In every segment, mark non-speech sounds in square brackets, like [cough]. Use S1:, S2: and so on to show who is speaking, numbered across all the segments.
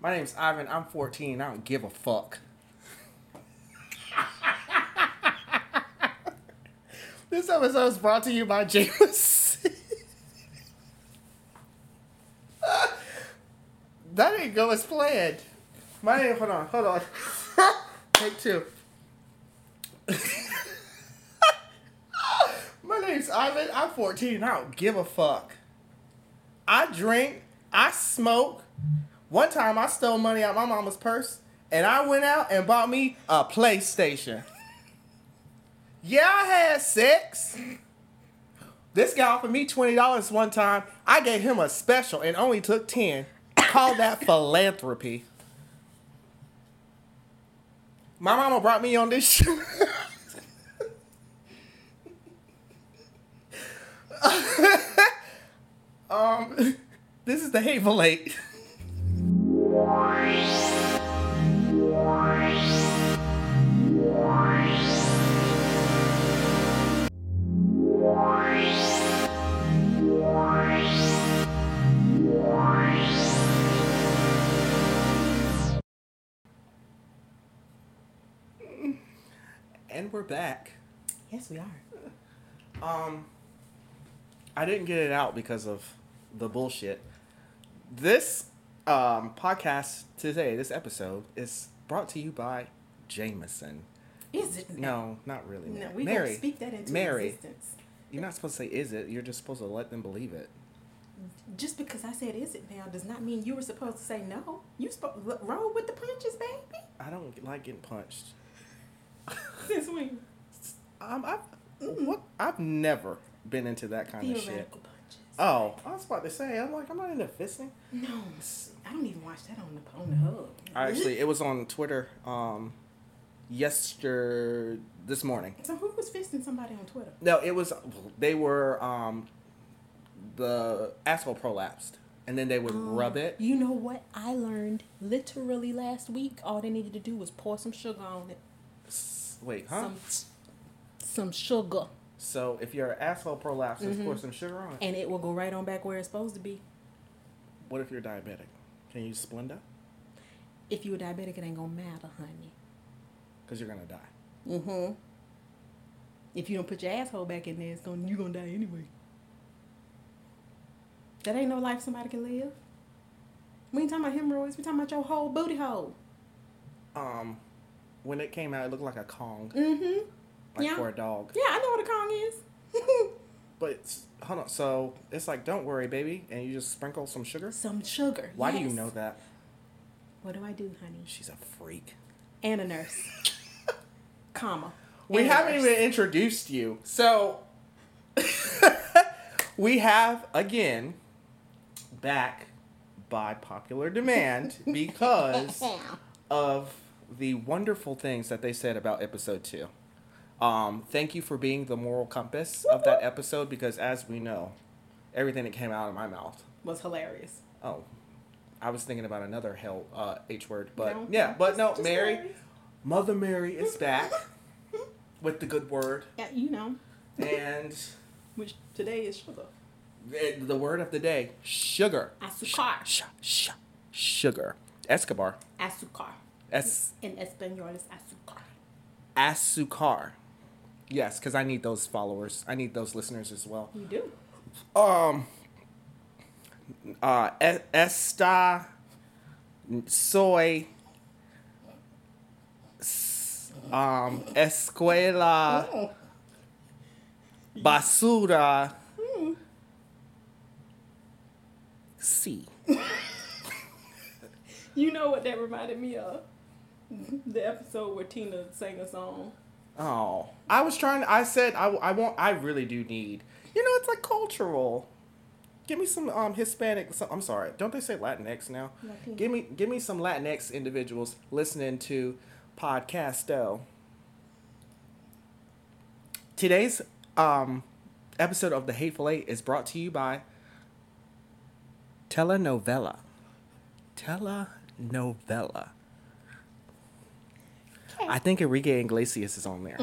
S1: My name's Ivan. I'm 14. I don't give a fuck. [laughs] this episode is brought to you by James. [laughs] that didn't go as planned. My name. Hold on. Hold on. [laughs] Take two. [laughs] My name's Ivan. I'm 14. I don't give a fuck. I drink. I smoke. One time I stole money out my mama's purse and I went out and bought me a PlayStation. yeah, I had sex. This guy offered me $20 one time. I gave him a special and only took 10. Call that philanthropy. My mama brought me on this [laughs] show. um, this is the Hateful Eight. And we're back.
S2: Yes, we are.
S1: Um, I didn't get it out because of the bullshit. This um, podcast today, this episode, is brought to you by Jameson.
S2: Is it?
S1: No, not really.
S2: No,
S1: Mary.
S2: we
S1: Mary,
S2: gonna speak that into
S1: Mary,
S2: existence.
S1: you're not supposed to say is it. You're just supposed to let them believe it.
S2: Just because I said is it now does not mean you were supposed to say no. You spoke roll with the punches, baby. [laughs]
S1: I don't like getting punched.
S2: Since when?
S1: Um, I've what? I've never been into that kind of shit.
S2: Theoretical punches.
S1: Oh, I was about to say. I'm like, I'm not into fisting.
S2: No, I don't even watch that on the on the hub.
S1: I actually, it was on Twitter. Um, yester this morning.
S2: So who was fisting somebody on Twitter?
S1: No, it was they were um the asshole prolapsed and then they
S2: Oh.
S1: would rub it.
S2: Um, You know what I learned literally last week? All they needed to do was pour some sugar on it.
S1: S- Wait, huh?
S2: Some some sugar,
S1: so if your asshole prolapses,
S2: Mm-hmm.
S1: pour some sugar on it.
S2: and it will go right on back where it's supposed to be.
S1: What if you're diabetic? Can you use Splenda?
S2: If you're diabetic, it ain't gonna matter, honey.
S1: Because you're gonna die.
S2: Mm-hmm. If you don't put your asshole back in there, it's gonna you're gonna die anyway. That ain't no life somebody can live. We ain't talking about hemorrhoids, we talking about your whole booty hole.
S1: Um, when it came out, it looked like a Kong,
S2: Mm-hmm.
S1: like
S2: yeah.
S1: for a dog.
S2: Yeah, I know what a Kong is. [laughs]
S1: But it's, hold on, so it's like, don't worry, baby, and you just sprinkle some sugar.
S2: Some sugar.
S1: Why do you
S2: yes.
S1: know that?
S2: What do I do, honey?
S1: She's a freak.
S2: And a
S1: [laughs]
S2: nurse. Comma.
S1: We
S2: And a
S1: haven't
S2: nurse.
S1: even introduced you. So [laughs] we have again back by popular demand because of the wonderful things that they said about episode 2. Um, thank you for being the moral compass of that episode because as we know, everything that came out of my mouth.
S2: [laughs] was hilarious.
S1: Oh. I was thinking about another hell uh, H word, but
S2: No,
S1: yeah, but
S2: just-
S1: no,
S2: just
S1: Mary,
S2: hilarious.
S1: Mother Mary is
S2: [laughs]
S1: back with the good word
S2: Yeah, you know,
S1: and
S2: which today is sugar.
S1: the the word of the day sugar
S2: Azúcar.
S1: Sh- sh- sugar escobar
S2: Azúcar.
S1: es
S2: In Espanol, it's azúcar.
S1: asucar yes because i need those followers i need those listeners as well
S2: You do.
S1: um uh e- esta soy s- um escuela
S2: Oh.
S1: basura c
S2: You know what that reminded me of? The episode where Tina sang a song.
S1: Oh, I was trying. I said I, I want. I really do need. You know, it's like cultural. Give me some um Hispanic. So, I'm sorry. Don't they say Latinx now?
S2: Latino.
S1: Give me give me some Latinx individuals listening to podcasto. Today's um episode of the Hateful Eight is brought to you by telenovela. Telenovela. I think Enrique Iglesias is on there.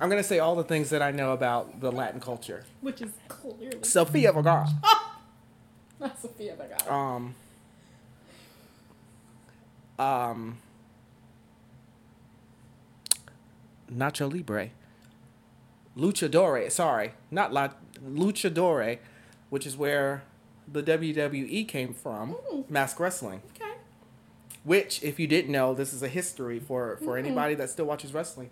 S1: I'm gonna say all the things that I know about the Latin culture.
S2: Which is clearly
S1: Sofia Vergara.
S2: not Sophia Vergara.
S1: Um, um, Nacho Libre, Luchadore. Sorry, not La Luchadore, which is where the WWE came from,
S2: Mm.
S1: mask wrestling.
S2: Okay.
S1: Which, if you didn't know, this is a history for for
S2: Mm-hmm.
S1: anybody that still watches wrestling.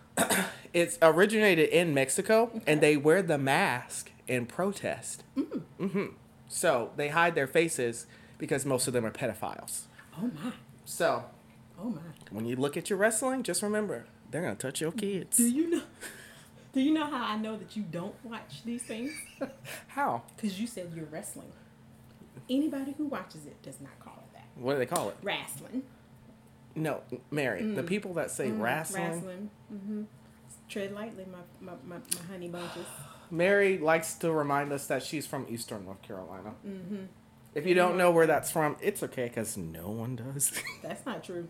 S1: [clears throat] it's originated in Mexico, and they wear the mask in protest.
S2: Mm.
S1: hmm So they hide their faces because most of them are pedophiles.
S2: Oh my.
S1: So
S2: Oh my.
S1: when you look at your wrestling, just remember they're gonna touch your kids.
S2: Do you know? Do you know how I know that you don't watch these things?
S1: How?
S2: Because you said you're wrestling. Anybody who watches it does not call it that.
S1: What do they call it?
S2: Wrestling.
S1: No, Mary. The people that say
S2: Mm,
S1: wrestling,
S2: Wrestling. hmm Tread lightly, my, my, my, my honey bunches.
S1: Mary likes to remind us that she's from Eastern North Carolina.
S2: hmm
S1: If you don't know where that's from, it's okay because no one does. [laughs]
S2: That's not true.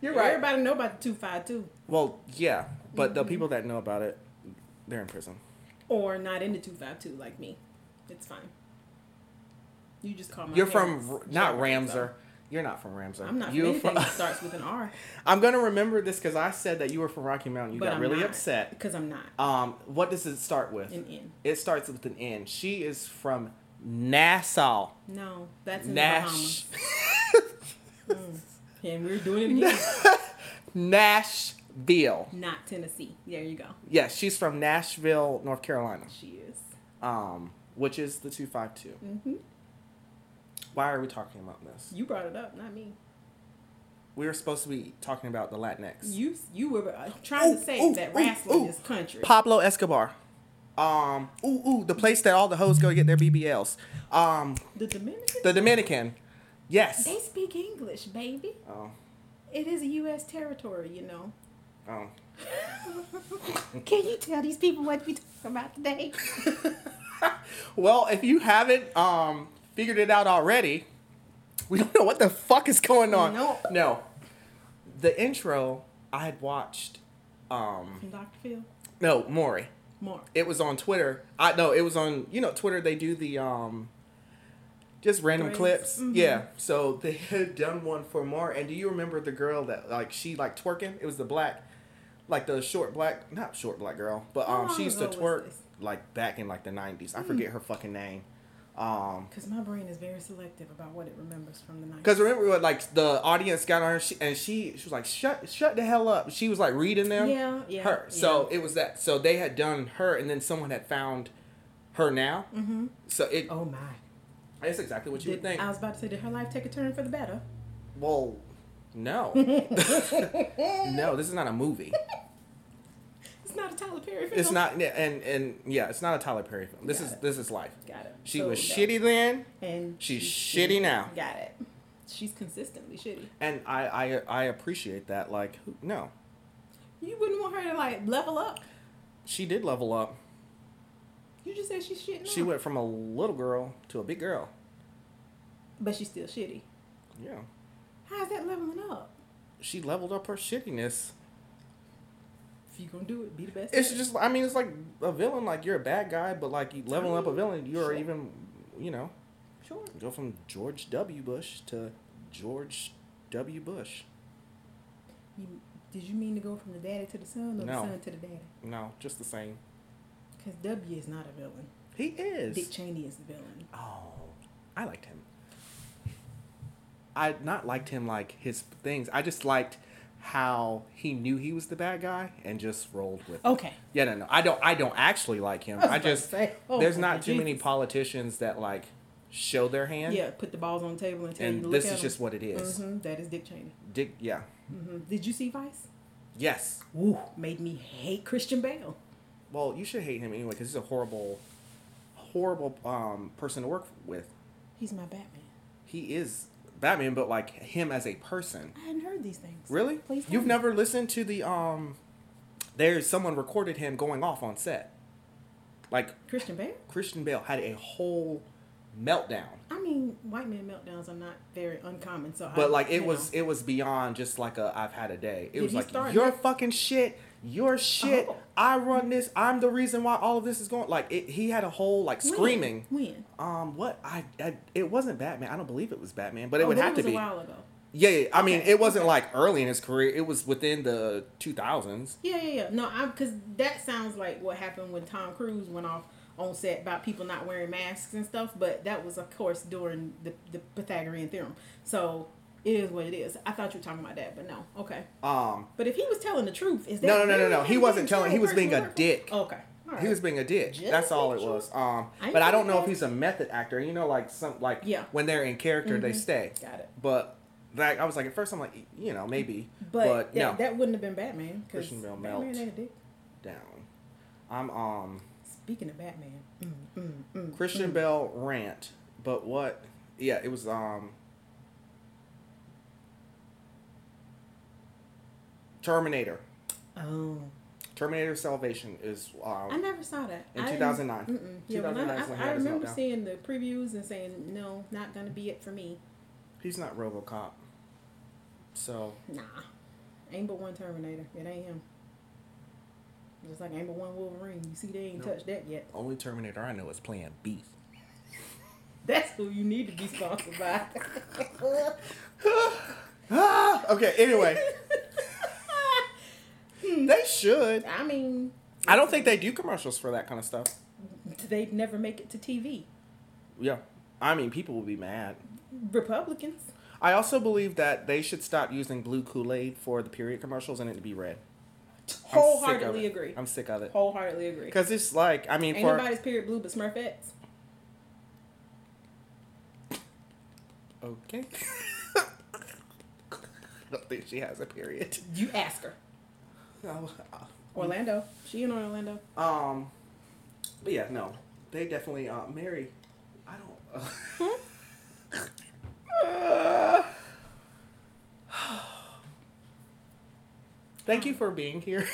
S1: You're right.
S2: Everybody know about the 252
S1: Well, yeah, but
S2: Mm-hmm.
S1: the people that know about it, they're in prison.
S2: or not into 252 like me. It's fine. You just call my
S1: You're from R-
S2: parents.
S1: not
S2: Yeah,
S1: Ramser.
S2: so
S1: You're not from Ramser.
S2: I'm not
S1: You
S2: from anything
S1: from- [laughs]
S2: that starts with an R.
S1: I'm gonna remember this because I said that you were from Rocky Mountain. You
S2: but
S1: got
S2: I'm
S1: really
S2: not,
S1: upset.
S2: Because I'm not.
S1: Um, what does it start with?
S2: An N.
S1: It starts with an N. She is from Nassau.
S2: No, that's in
S1: Nash.
S2: the Bahamas. Mm. And we're doing it again.
S1: [laughs] Nashville.
S2: not Tennessee. There you go.
S1: Yes, she's from Nashville, North Carolina.
S2: She is.
S1: Um, which is the two five two.
S2: hmm
S1: Why are we talking about this?
S2: You brought it up, not me.
S1: We were supposed to be talking about the Latinx.
S2: You you were
S1: Oh,
S2: uh, trying
S1: Ooh,
S2: to say
S1: ooh,
S2: that
S1: ooh,
S2: wrestling
S1: ooh.
S2: is country.
S1: Pablo Escobar. Um, ooh ooh, the place that all the hoes go to get their BBLs. Um,
S2: The Dominican.
S1: the Dominican. Yes.
S2: they speak English, baby.
S1: Oh,
S2: It is a U.S. territory, you know.
S1: oh.
S2: Can you tell these people what we talking about today?
S1: Well, if you haven't um, figured it out already, we don't know what the fuck is going on.
S2: Nope.
S1: No. The intro I had watched. Um,
S2: From Dr. Phil
S1: no, Maury.
S2: Moore.
S1: It was on Twitter. I no, it was on you know Twitter. They do the um, just random
S2: Threads.
S1: clips.
S2: Mhm.
S1: Yeah. So they [laughs] had done one for Maury. And do you remember the girl that like she like twerking? It was the black, like the short black, not short black girl, but
S2: How
S1: um,
S2: long
S1: she used to
S2: ago Oh, was
S1: twerk
S2: this? Hmm.
S1: like back in like the nineties. I forget her fucking name. Um,
S2: Because my brain is very selective about what it remembers from the night.
S1: Cause remember what like the audience got on her she, and she she was like shut shut the hell up. She was like reading them.
S2: Yeah, yeah,
S1: Her. So it was that. So they had done her, and then someone had found her now.
S2: hmm
S1: So it
S2: Oh my.
S1: it's exactly what you would
S2: Did,
S1: think.
S2: I was about to say, did her life take a turn for the better?
S1: well,
S2: [laughs]
S1: no, no, this is not a movie.
S2: It's not a Tyler Perry film.
S1: It's not yeah, and and yeah, it's not a Tyler Perry film. This
S2: Got
S1: is
S2: it.
S1: this is life.
S2: Got it.
S1: She
S2: So
S1: was
S2: that-
S1: shitty then,
S2: And
S1: She's shitty now.
S2: Got it. She's consistently shitty.
S1: and I I I appreciate that. Like who- no,
S2: You wouldn't want her to like level up.
S1: she did level up.
S2: You just said she's shitting.
S1: She went from a little girl to a big girl.
S2: but she's still shitty.
S1: Yeah.
S2: How's that leveling up?
S1: she leveled up her shittiness.
S2: If you gonna do it, be the best.
S1: It's
S2: at it.
S1: just, I mean, it's like a villain. Like you're a bad guy, but like you leveling up a villain, you're
S2: Sure.
S1: even, you know,
S2: sure.
S1: go from George W. Bush to George W. Bush.
S2: You, did you mean to go from the daddy to the son or
S1: No.
S2: the son to the daddy?
S1: No, just the same.
S2: Because W is not a villain.
S1: He is.
S2: Dick Cheney is the villain.
S1: oh, I liked him. I not liked him like his things. I just liked how he knew he was the bad guy and just rolled with it.
S2: Okay.
S1: Yeah, no, no. I don't. I don't actually like him.
S2: I was
S1: I
S2: about to
S1: just
S2: say, oh,
S1: there's
S2: my
S1: not too many
S2: Jesus.
S1: politicians that like show their hand.
S2: Yeah, put the balls on the table and tell you to
S1: and
S2: look
S1: this is
S2: at
S1: just what it is.
S2: hmm That is Dick Cheney.
S1: Dick. Yeah.
S2: hmm Did you see Vice?
S1: Yes.
S2: Woo, made me hate Christian Bale.
S1: Well, you should hate him anyway because he's a horrible, horrible um, person to work with.
S2: He's my Batman.
S1: He is Batman, but like him as a person.
S2: I hadn't heard these things.
S1: Really?
S2: Please tell
S1: You've
S2: me.
S1: never listened to the um? There's someone recorded him going off on set. Like
S2: Christian Bale?
S1: Christian Bale had a whole meltdown.
S2: I mean, white man meltdowns are not very uncommon. So, I,
S1: But like it
S2: you
S1: was,
S2: know.
S1: it was beyond just like a I've had a day. It
S2: Did
S1: was
S2: he
S1: like
S2: start
S1: your
S2: with-
S1: fucking shit, your shit.
S2: Oh.
S1: I run this. I'm the reason why all of this is going. Like it, he had a whole like
S2: When?
S1: screaming.
S2: When?
S1: Um, what I, I it wasn't Batman. I don't believe it was Batman, but it
S2: Oh,
S1: would
S2: but
S1: have
S2: was
S1: to be.
S2: a while ago.
S1: Yeah, yeah, I mean,
S2: Okay,
S1: it wasn't
S2: okay.
S1: like early in his career. It was within the 2000s.
S2: Yeah, yeah, yeah. No, I'm because that sounds like what happened when Tom Cruise went off on set about people not wearing masks and stuff. But that was, of course, during the, the Pythagorean theorem. So it is what it is. I thought you were talking about that, but no. Okay.
S1: Um,
S2: But if he was telling the truth, is that
S1: No, no, no, no, no.
S2: really
S1: He
S2: him
S1: wasn't
S2: being
S1: telling- he
S2: true
S1: was being a
S2: personal?
S1: dick.
S2: Okay. All right.
S1: he was being a dick.
S2: Just
S1: That's all it
S2: making
S1: was. Um,
S2: I
S1: but I don't
S2: know
S1: know if
S2: that.
S1: he's a method actor. You know, like some like
S2: Yeah. Mm-hmm.
S1: when they're in character, they stay.
S2: Got it.
S1: But like I was like at first, I'm like, you know, maybe,
S2: But,
S1: but,
S2: that,
S1: no,
S2: that wouldn't have been Batman. 'cause
S1: Christian Bale
S2: Batman
S1: melt.
S2: ain't a dick.
S1: down. I'm um
S2: Speaking of Batman, mm, mm, mm,
S1: Christian
S2: mm.
S1: Bell rant, but what? Yeah, it was um Terminator.
S2: Oh,
S1: Terminator Salvation is
S2: I
S1: um,
S2: never saw that.
S1: in
S2: I didn't-
S1: 2009.
S2: Mm-mm. Yeah, when
S1: 2009
S2: I,
S1: is when he
S2: I, I
S1: had his
S2: remember
S1: meltdown.
S2: seeing the previews and saying, no, not gonna be it for me.
S1: He's not RoboCop, so
S2: Nah, ain't but one Terminator. It ain't him. Just like ain't but one Wolverine. You see, they ain't
S1: No.
S2: touched that yet. [laughs]
S1: only Terminator I know is Plan B.
S2: That's who you need to be
S1: [laughs]
S2: sponsored by. [laughs]
S1: Ah, [laughs] okay. Anyway, they should.
S2: I mean,
S1: I don't think they do commercials for that kind of stuff.
S2: they'd never make it to TV.
S1: Yeah, I mean, people will be mad.
S2: Republicans.
S1: I also believe that they should stop using blue Kool Aid for the period commercials and it to be red. I'm sick of
S2: Wholeheartedly
S1: it.
S2: agree.
S1: I'm sick of it
S2: Wholeheartedly agree.
S1: because it's like I mean,
S2: Ain't
S1: for
S2: nobody's period blue but Smurfettes.
S1: okay. [laughs] I don't think she has a period.
S2: You ask her. Orlando. She in Orlando.
S1: Um, but yeah, no, they definitely uh, marry. I don't. Uh, [sighs] thank you for being here. [laughs]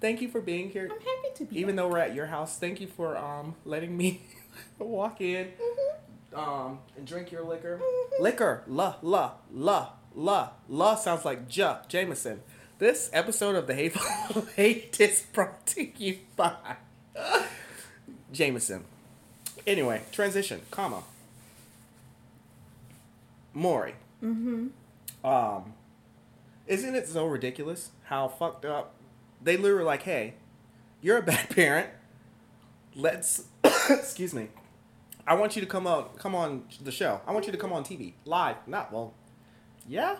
S1: thank you for being here.
S2: I'm happy to be.
S1: Even though we're at your house, thank you for um letting me [laughs] walk in um and drink your liquor. Liquor, la la la la la sounds like ja Jameson. This episode of the Hateful [laughs] Hate is brought to you by Jameson. Anyway, transition, comma. Maury. Mm-hmm. Um, isn't it so ridiculous how fucked up they literally like, hey, you're a [laughs] bad parent. Let's [coughs] excuse me. I want you to come out, come on the show. I want you to come on TV live, not well, yeah,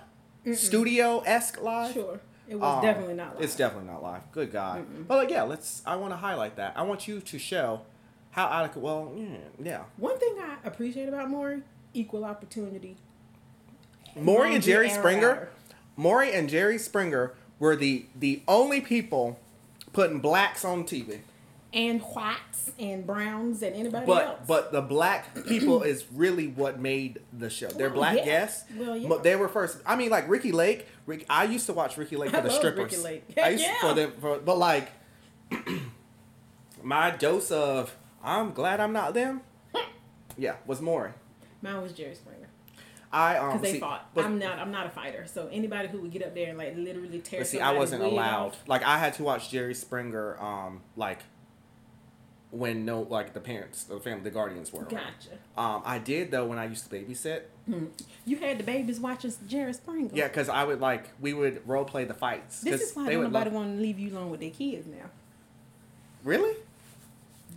S1: studio esque live.
S2: Mm-hmm. Sure. It was
S1: Um,
S2: definitely not. Live.
S1: It's definitely not live. Good God. But like, yeah, let's. I want to highlight that. I want you to show how out of co- well, yeah, yeah.
S2: One thing I appreciate about Maury: equal opportunity.
S1: Maury and
S2: Longy
S1: Jerry
S2: error
S1: Springer.
S2: hour.
S1: Maury and Jerry Springer were the the only people putting blacks on TV.
S2: and whites and browns and anybody
S1: But
S2: else.
S1: but the black people is really what made the show. Their
S2: Well,
S1: black
S2: Oh, yeah.
S1: guests,
S2: Well, yeah.
S1: but they were first. I mean, like Ricky Lake. Rick, I used to watch Ricky Lake for
S2: I
S1: the
S2: love
S1: strippers.
S2: Ricky Lake. [laughs]
S1: I used
S2: Yeah.
S1: for them, for, but like [clears throat] my dose of I'm glad I'm not
S2: [laughs]
S1: them. yeah, was Maury.
S2: mine was Jerry Springer
S1: I um,
S2: because they
S1: see,
S2: fought.
S1: but-
S2: I'm not. I'm not a fighter. So anybody who would get up there and like literally tear.
S1: But see, I
S2: somebody's
S1: wasn't
S2: wig
S1: allowed.
S2: off-
S1: Like I had to watch Jerry Springer, um, like when no, like the parents, the family, the guardians were. around.
S2: Gotcha. Mm-hmm.
S1: Um, I did though when I used to babysit.
S2: You had the babies watching Jerry Springer.
S1: Yeah, because I would like we would role play the fights.
S2: This
S1: 'cause
S2: is why
S1: they
S2: don't
S1: would
S2: nobody
S1: love-
S2: want to leave you alone with their kids now.
S1: Really?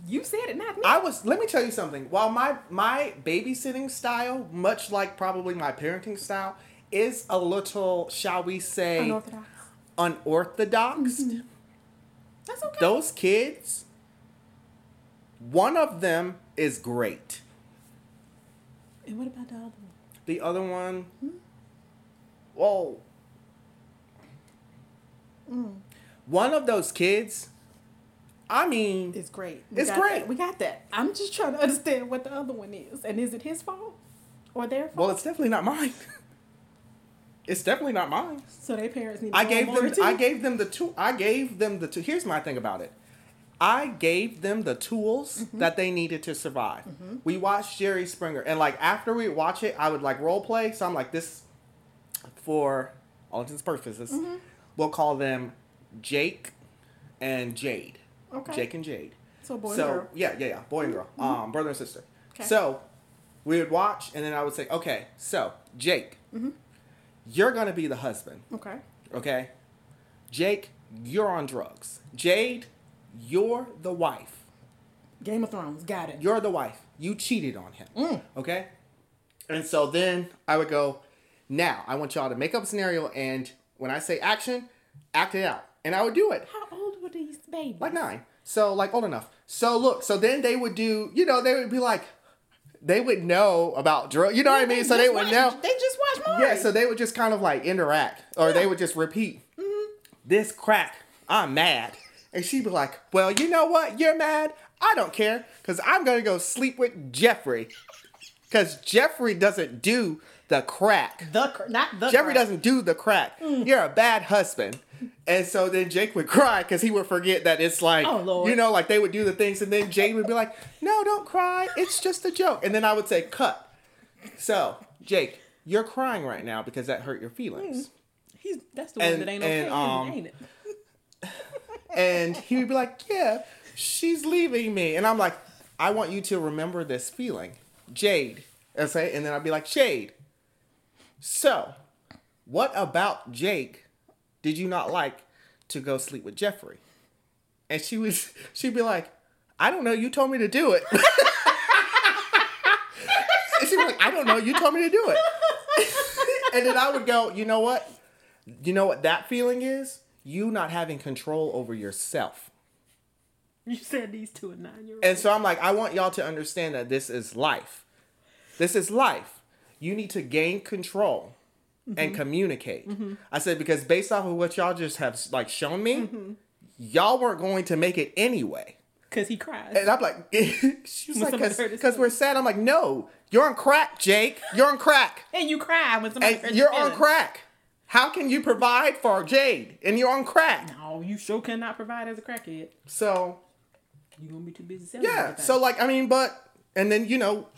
S2: You said it, not me.
S1: I was. Let me tell you something. While my my babysitting style, much like probably my parenting style, is a little, shall we say,
S2: Unorthodox. Mm-hmm.
S1: unorthodox.
S2: That's okay.
S1: those kids one of them is great
S2: and what about the other one?
S1: the other one whoa one of those kids i mean
S2: It's great.
S1: It's
S2: got
S1: great.
S2: that. We got that. I'm just trying to understand what the other one is, and is it his fault or their fault?
S1: well it's definitely not mine [laughs] it's definitely not mine
S2: so their parents need. To
S1: I
S2: go
S1: gave
S2: on board
S1: them.
S2: too?
S1: I gave them the tool. I gave them the. T- Here's my thing about it. I gave them the tools
S2: Mm-hmm.
S1: that they needed to survive. We watched Jerry Springer, and like after we watch it, I would like role play. So I'm like, this, for all intents and purposes,
S2: Mm-hmm.
S1: we'll call them Jake and Jade.
S2: Okay.
S1: Jake and Jade.
S2: So boy and
S1: So
S2: girl. Mm-hmm.
S1: yeah, yeah, yeah, boy and girl, um, brother and sister.
S2: Okay. Mm-hmm.
S1: So we would watch, and then I would say, okay, so Jake, You're gonna be the husband,
S2: Okay.
S1: okay? Jake, you're on drugs. Jade, you're the wife.
S2: Game of Thrones. Got it.
S1: You're the wife. You cheated on him. Okay? And so then I would go, now I want y'all to make up a scenario and when I say action, act it out. And I would do it.
S2: How old were these babies?
S1: Like nine. So like old enough. So look, so then they would do, you know, they would be like, they would know about drugs. You know what I mean? So they
S2: Just
S1: would
S2: watch-
S1: know.
S2: They just watch more.
S1: Yeah, so they would just kind of like interact or they would just repeat this crack, I'm mad. And she'd be like, Well, you know what? You're mad. I don't care because I'm going to go sleep with Jeffrey because Jeffrey doesn't do the crack.
S2: the cr- not the
S1: Jeffrey
S2: crack. Mm.
S1: doesn't do the crack. You're a bad husband. And so then Jake would cry because he would forget that it's like,
S2: Oh, Lord.
S1: you know, like they would do the things. And then Jade would be like, no, don't cry. It's just a joke. And then I would say, cut. So, Jake, you're crying right now because that hurt your
S2: Mm.
S1: feelings.
S2: He's that's the one
S1: And-
S2: that ain't
S1: and,
S2: okay,
S1: um,
S2: ain't it? [laughs]
S1: And he would be like, yeah, she's leaving me. And I'm like, I want you to remember this feeling. Jade. And, say, and then I'd be like, Jade. So, what about Jake did you not like to go sleep with Jeffrey? And she was, she'd be like, I don't know. You told me to do it. [laughs] and she'd be like, I don't know. You told me to do it. [laughs] and then I would go, you know what? You know what that feeling is? You not having control over yourself.
S2: You said these two are nine year
S1: And so I'm like, I want y'all to understand that this is life. This is life. You need to gain control and communicate. I said, because based off of what y'all just have like shown me, y'all weren't going to make it anyway.
S2: because he cries.
S1: And I'm like, [laughs] she's like,
S2: somebody heard his
S1: because we're sad. I'm like, no, you're on crack, Jake. You're on crack.
S2: And you cry when somebody
S1: And
S2: hurts your
S1: you're on
S2: feelings.
S1: crack. How can you provide for Jade? And you're on crack.
S2: No, you sure cannot provide as a crackhead.
S1: So
S2: You gonna be too busy selling.
S1: Yeah.
S2: everything.
S1: So like I mean, but and then you know,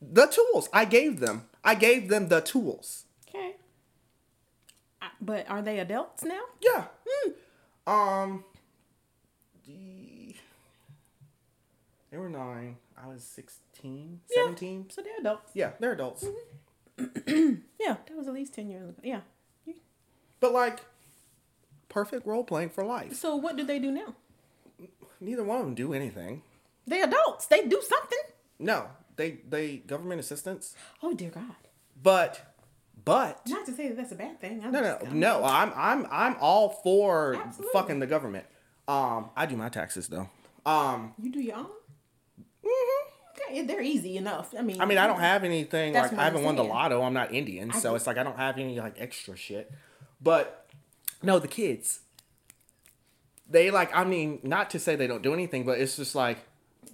S1: the tools I gave them. I gave them the tools.
S2: okay. I- But are they adults now?
S1: Yeah. Um. the- They were nine. I was 16, 17.
S2: So they're adults.
S1: Yeah, they're adults.
S2: Yeah, that was at least ten years ago. Yeah.
S1: But like, perfect role playing for life.
S2: So what do they do now?
S1: Neither one of them do anything.
S2: They adults. They do something.
S1: No, they they government assistance.
S2: Oh dear God.
S1: But but
S2: Not to say that that's a bad thing. I'm
S1: No,
S2: just,
S1: no, no. I'm, I'm, I'm all for
S2: Absolutely.
S1: fucking the government. Um, I do my taxes though. Um,
S2: You do your own.
S1: mhm.
S2: Okay, they're easy enough. I mean.
S1: I mean, I don't have anything like
S2: That's what
S1: I
S2: I'm
S1: haven't won the
S2: saying.
S1: lotto. I'm not Indian, so
S2: get-
S1: it's like I don't have any like extra shit. But no, the kids. They like. I mean, not to say they don't do anything, but it's just like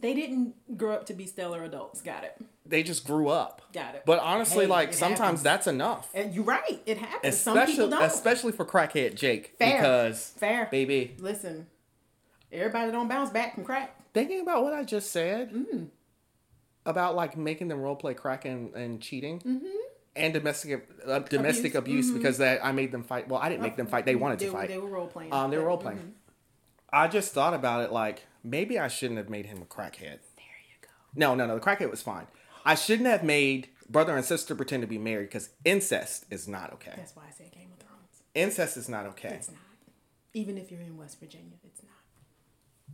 S2: They didn't grow up to be stellar adults. Got it.
S1: they just grew up.
S2: Got it.
S1: But honestly,
S2: Hey,
S1: like
S2: it
S1: sometimes
S2: happens.
S1: that's enough.
S2: And you're right. It happens. Some people
S1: Especially,
S2: don't.
S1: especially for crackhead Jake,
S2: Fair.
S1: because
S2: Fair.
S1: baby,
S2: Listen, everybody don't bounce back from crack.
S1: thinking about what I just said
S2: Mm.
S1: about like making them role play crack and, and cheating
S2: Mm-hmm.
S1: and domestic uh, domestic abuse, because that I made them fight. Well, I didn't make them fight; they wanted
S2: Mm-hmm. They,
S1: to
S2: were-
S1: fight.
S2: they were Mm-hmm. role playing.
S1: um, they were role playing. I just thought about it like maybe I shouldn't have made him a crackhead.
S2: There you go.
S1: No, no, no. The crackhead was fine. I shouldn't have made brother and sister pretend to be married because incest is not okay.
S2: That's why I said Game of Thrones.
S1: Incest is not okay,
S2: It's not. Even if you're in West Virginia, it's not.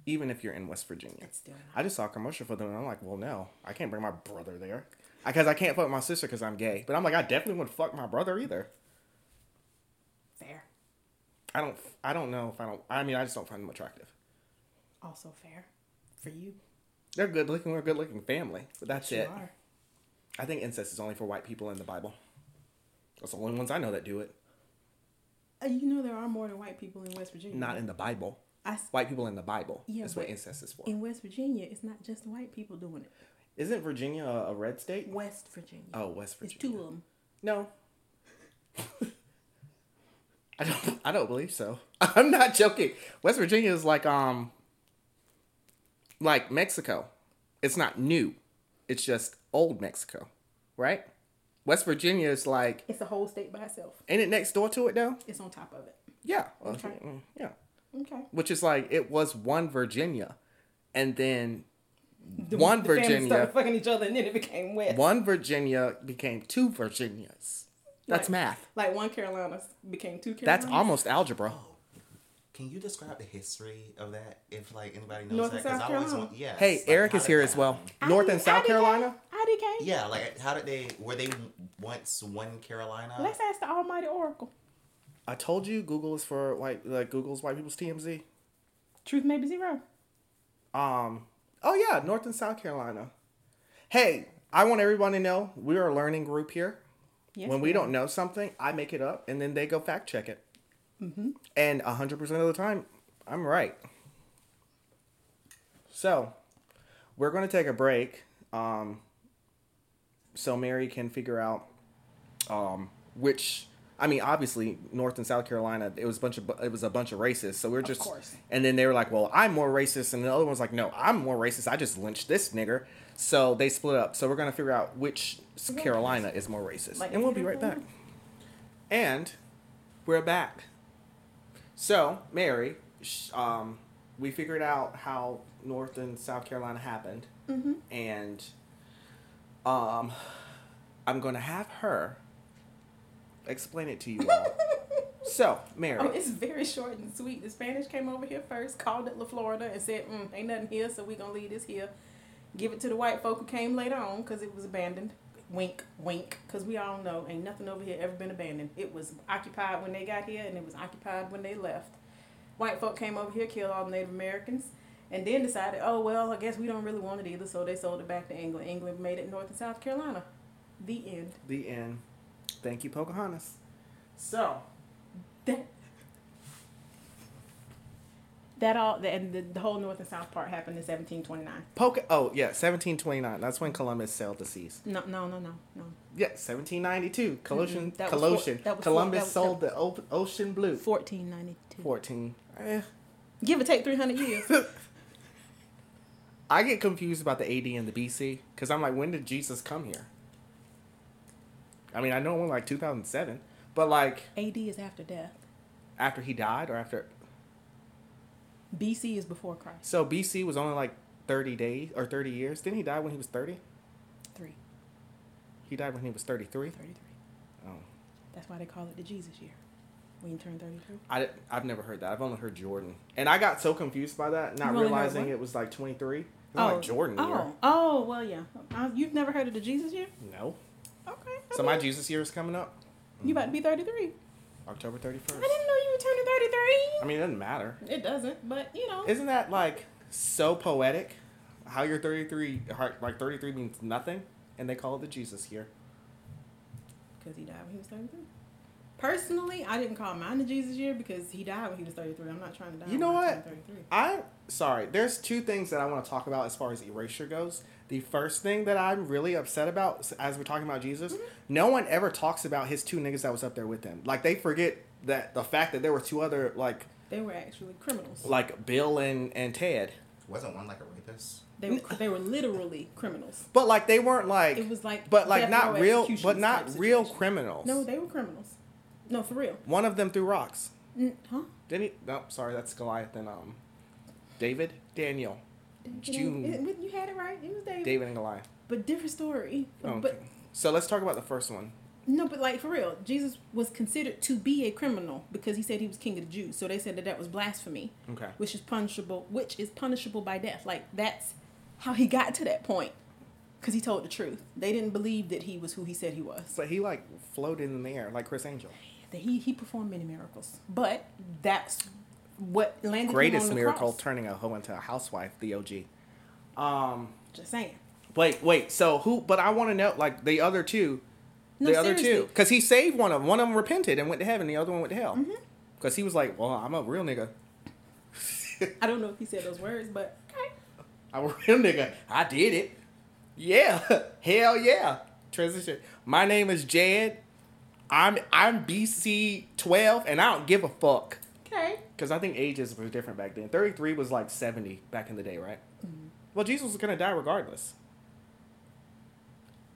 S1: even if you're in West Virginia.
S2: It's still not.
S1: I just saw a commercial for them, and I'm like, well, no, I can't bring my brother there because I can't fuck my sister because I'm gay. But I'm like, I definitely wouldn't fuck my brother either.
S2: Fair.
S1: I don't, I don't know if I don't. I mean, I just don't find them attractive.
S2: Also fair. For you.
S1: They're good looking. We're a good looking family, but that's
S2: You
S1: it.
S2: are.
S1: I think incest is only for white people in the Bible. That's the only ones I know that do it.
S2: Uh, you know there are more than white people in West Virginia.
S1: Not in the Bible.
S2: I s-
S1: White people in the Bible.
S2: Yeah,
S1: that's what
S2: but
S1: incest is for.
S2: in West Virginia, it's not just white people doing it.
S1: Isn't Virginia a, a red state?
S2: West Virginia.
S1: Oh, West
S2: it's
S1: Virginia.
S2: two of them.
S1: No. [laughs] I don't I don't believe so. [laughs] I'm not joking. West Virginia is like um like Mexico. It's not new. It's just old Mexico, right? West Virginia is like
S2: It's a whole state by itself.
S1: ain't it next door to it though?
S2: It's on top of it.
S1: Yeah. Well,
S2: Okay.
S1: mm, Yeah.
S2: Okay.
S1: Which is like it was one Virginia and then one
S2: families
S1: Virginia
S2: started fucking each other, and then it became West.
S1: one Virginia became two Virginias. That's
S2: Like-
S1: math.
S2: Like one Carolina became two Carolinas.
S1: That's almost algebra.
S3: Can you describe the history of that? If like anybody knows
S2: North
S3: that,
S2: and
S3: because I
S2: South
S3: always
S2: Carolina.
S3: want. Yes.
S1: Hey,
S3: like,
S1: Eric
S3: how
S1: is
S3: did
S1: here
S3: that
S1: as well.
S3: happen?
S1: North and South Carolina.
S2: IDK.
S3: Yeah, like how did they? Were they once one Carolina?
S2: Let's ask the Almighty Oracle.
S1: I told you Google is for white like Google's white people's TMZ.
S2: Truth may be zero.
S1: Um oh yeah, North and South Carolina. Hey, I want everyone to know we are a learning group here.
S2: Yes,
S1: when we don't know something, I make it up and then they go fact check it. And a hundred percent of the time, I'm right. So, we're going to take a break, um, so Mary can figure out um, which. I mean, obviously, North and South Carolina, it was a bunch of it was a bunch of racists. So we're just,
S2: course.
S1: and then they were like, "Well, I'm more racist," and the other one's like, "No, I'm more racist. I just lynched this nigger." So they split up. So we're gonna figure out which Carolina is more racist,
S2: Like,
S1: and we'll be right back. And we're back. So, Mary, sh- um, we figured out how North and South Carolina happened,
S2: Mm-hmm.
S1: and um, I'm gonna have her explain it to you
S2: [laughs]
S1: all. so, Mary,
S2: Oh, it's very short and sweet. The Spanish came over here first, called it La Florida, and said, mm, "Ain't nothing here, so we gonna leave this here. Give it to the white folk who came later on, cause it was abandoned. Wink, wink. Cause we all know ain't nothing over here ever been abandoned. It was occupied when they got here, and it was occupied when they left. White folk came over here, killed all the Native Americans, and then decided, oh well, I guess we don't really want it either, so they sold it back to England. England made it North and South Carolina. The end.
S1: the end. Thank you, Pocahontas. So,
S2: that that all and the, the whole north and south part happened in 1729
S1: Poca. Oh yeah, 1729. That's when Columbus sailed the seas.
S2: no no no no no
S1: Yeah, 1792. Colossian.
S2: Mm-mm, Mm-hmm. that was
S1: Colossian.
S2: four- that was four-
S1: Columbus
S2: that was-
S1: sold the o- ocean blue.
S2: 1492
S1: 14. Eh.
S2: give or take 300 years
S1: I get confused about the AD and the BC because I'm like, when did Jesus come here? I mean, I know it went like 2007, but like
S2: ad is after death
S1: after he died or after.
S2: bc is before christ
S1: So BC was only like 30 days or 30 years. Didn't he die when he was 30?
S2: 3
S1: He died when he was 33.
S2: 33
S1: Oh.
S2: that's why they call it the jesus year when you turn 33
S1: I, have never heard that. I've only heard Jordan. And I got so confused by that, not
S2: You've only heard
S1: realizing
S2: what?
S1: it was like 23. It's not like Jordan
S2: oh
S1: year.
S2: oh well yeah uh, you've never heard of the jesus year
S1: No.
S2: okay
S1: So my Jesus year is coming up
S2: you about to be 33
S1: October
S2: i
S1: 31st.
S2: didn't know you were turning 33
S1: I mean, it doesn't matter.
S2: it doesn't but you know
S1: Isn't that like so poetic? How your 33, how- like 33 means nothing, and they call it the Jesus year.
S2: because he died when he was 33. Personally, I didn't call mine the Jesus year because he died when he was 33. I'm not trying to die.
S1: You know
S2: when I
S1: what?
S2: turn 33.
S1: I, sorry, there's two things that I want to talk about as far as erasure goes. The first thing that I'm really upset about s- as we're talking about Jesus,
S2: Mm-hmm.
S1: no one ever talks about his two niggas that was up there with him. Like, they forget that the fact that there were two other, like,
S2: They were actually criminals.
S1: like Bill and, and Ted.
S3: Wasn't one like a rapist?
S2: They were, they were literally criminals.
S1: But, like, they weren't like,
S2: It was like
S1: but, like,
S2: death
S1: not
S2: row
S1: real,
S2: executions
S1: but
S2: type
S1: not real
S2: situation.
S1: criminals.
S2: No, they were criminals. No, for real.
S1: One of them threw rocks.
S2: N- huh?
S1: Didn't he? No, sorry, that's Goliath and um, David, Daniel, June.
S2: It- it- you had it right. It was David.
S1: David and Goliath.
S2: But different story.
S1: Oh, okay.
S2: But
S1: so let's talk about the first one.
S2: no, but like for real, Jesus was considered to be a criminal because he said he was king of the Jews. So they said that that was blasphemy.
S1: Okay.
S2: which is punishable which is punishable by death like that's how he got to that point because he told the truth they didn't believe that he was who he said he was
S1: But he like floated in the air like Chris Angel.
S2: that he, he performed many miracles but that's what landed him on
S1: Greatest
S2: the
S1: miracle,
S2: cross.
S1: turning a hoe into a housewife. The OG. Um.
S2: just saying
S1: Wait, wait. So who? But I want to know like the other two.
S2: No,
S1: the other two,
S2: seriously.
S1: because he saved one of them. One of them repented and went to heaven. The other one went to hell.
S2: Mm-hmm.
S1: Because he was like, "Well, I'm a real nigga.
S2: i don't know if he said those words but okay
S1: I'm a [laughs] real nigga. I did it. Yeah. [laughs] Hell yeah. Transition. My name is Jed. I'm I'm BC twelve and I don't give a fuck.
S2: okay
S1: Cause I think ages were different back then. Thirty three was like seventy back in the day, right? Well Jesus was gonna die regardless.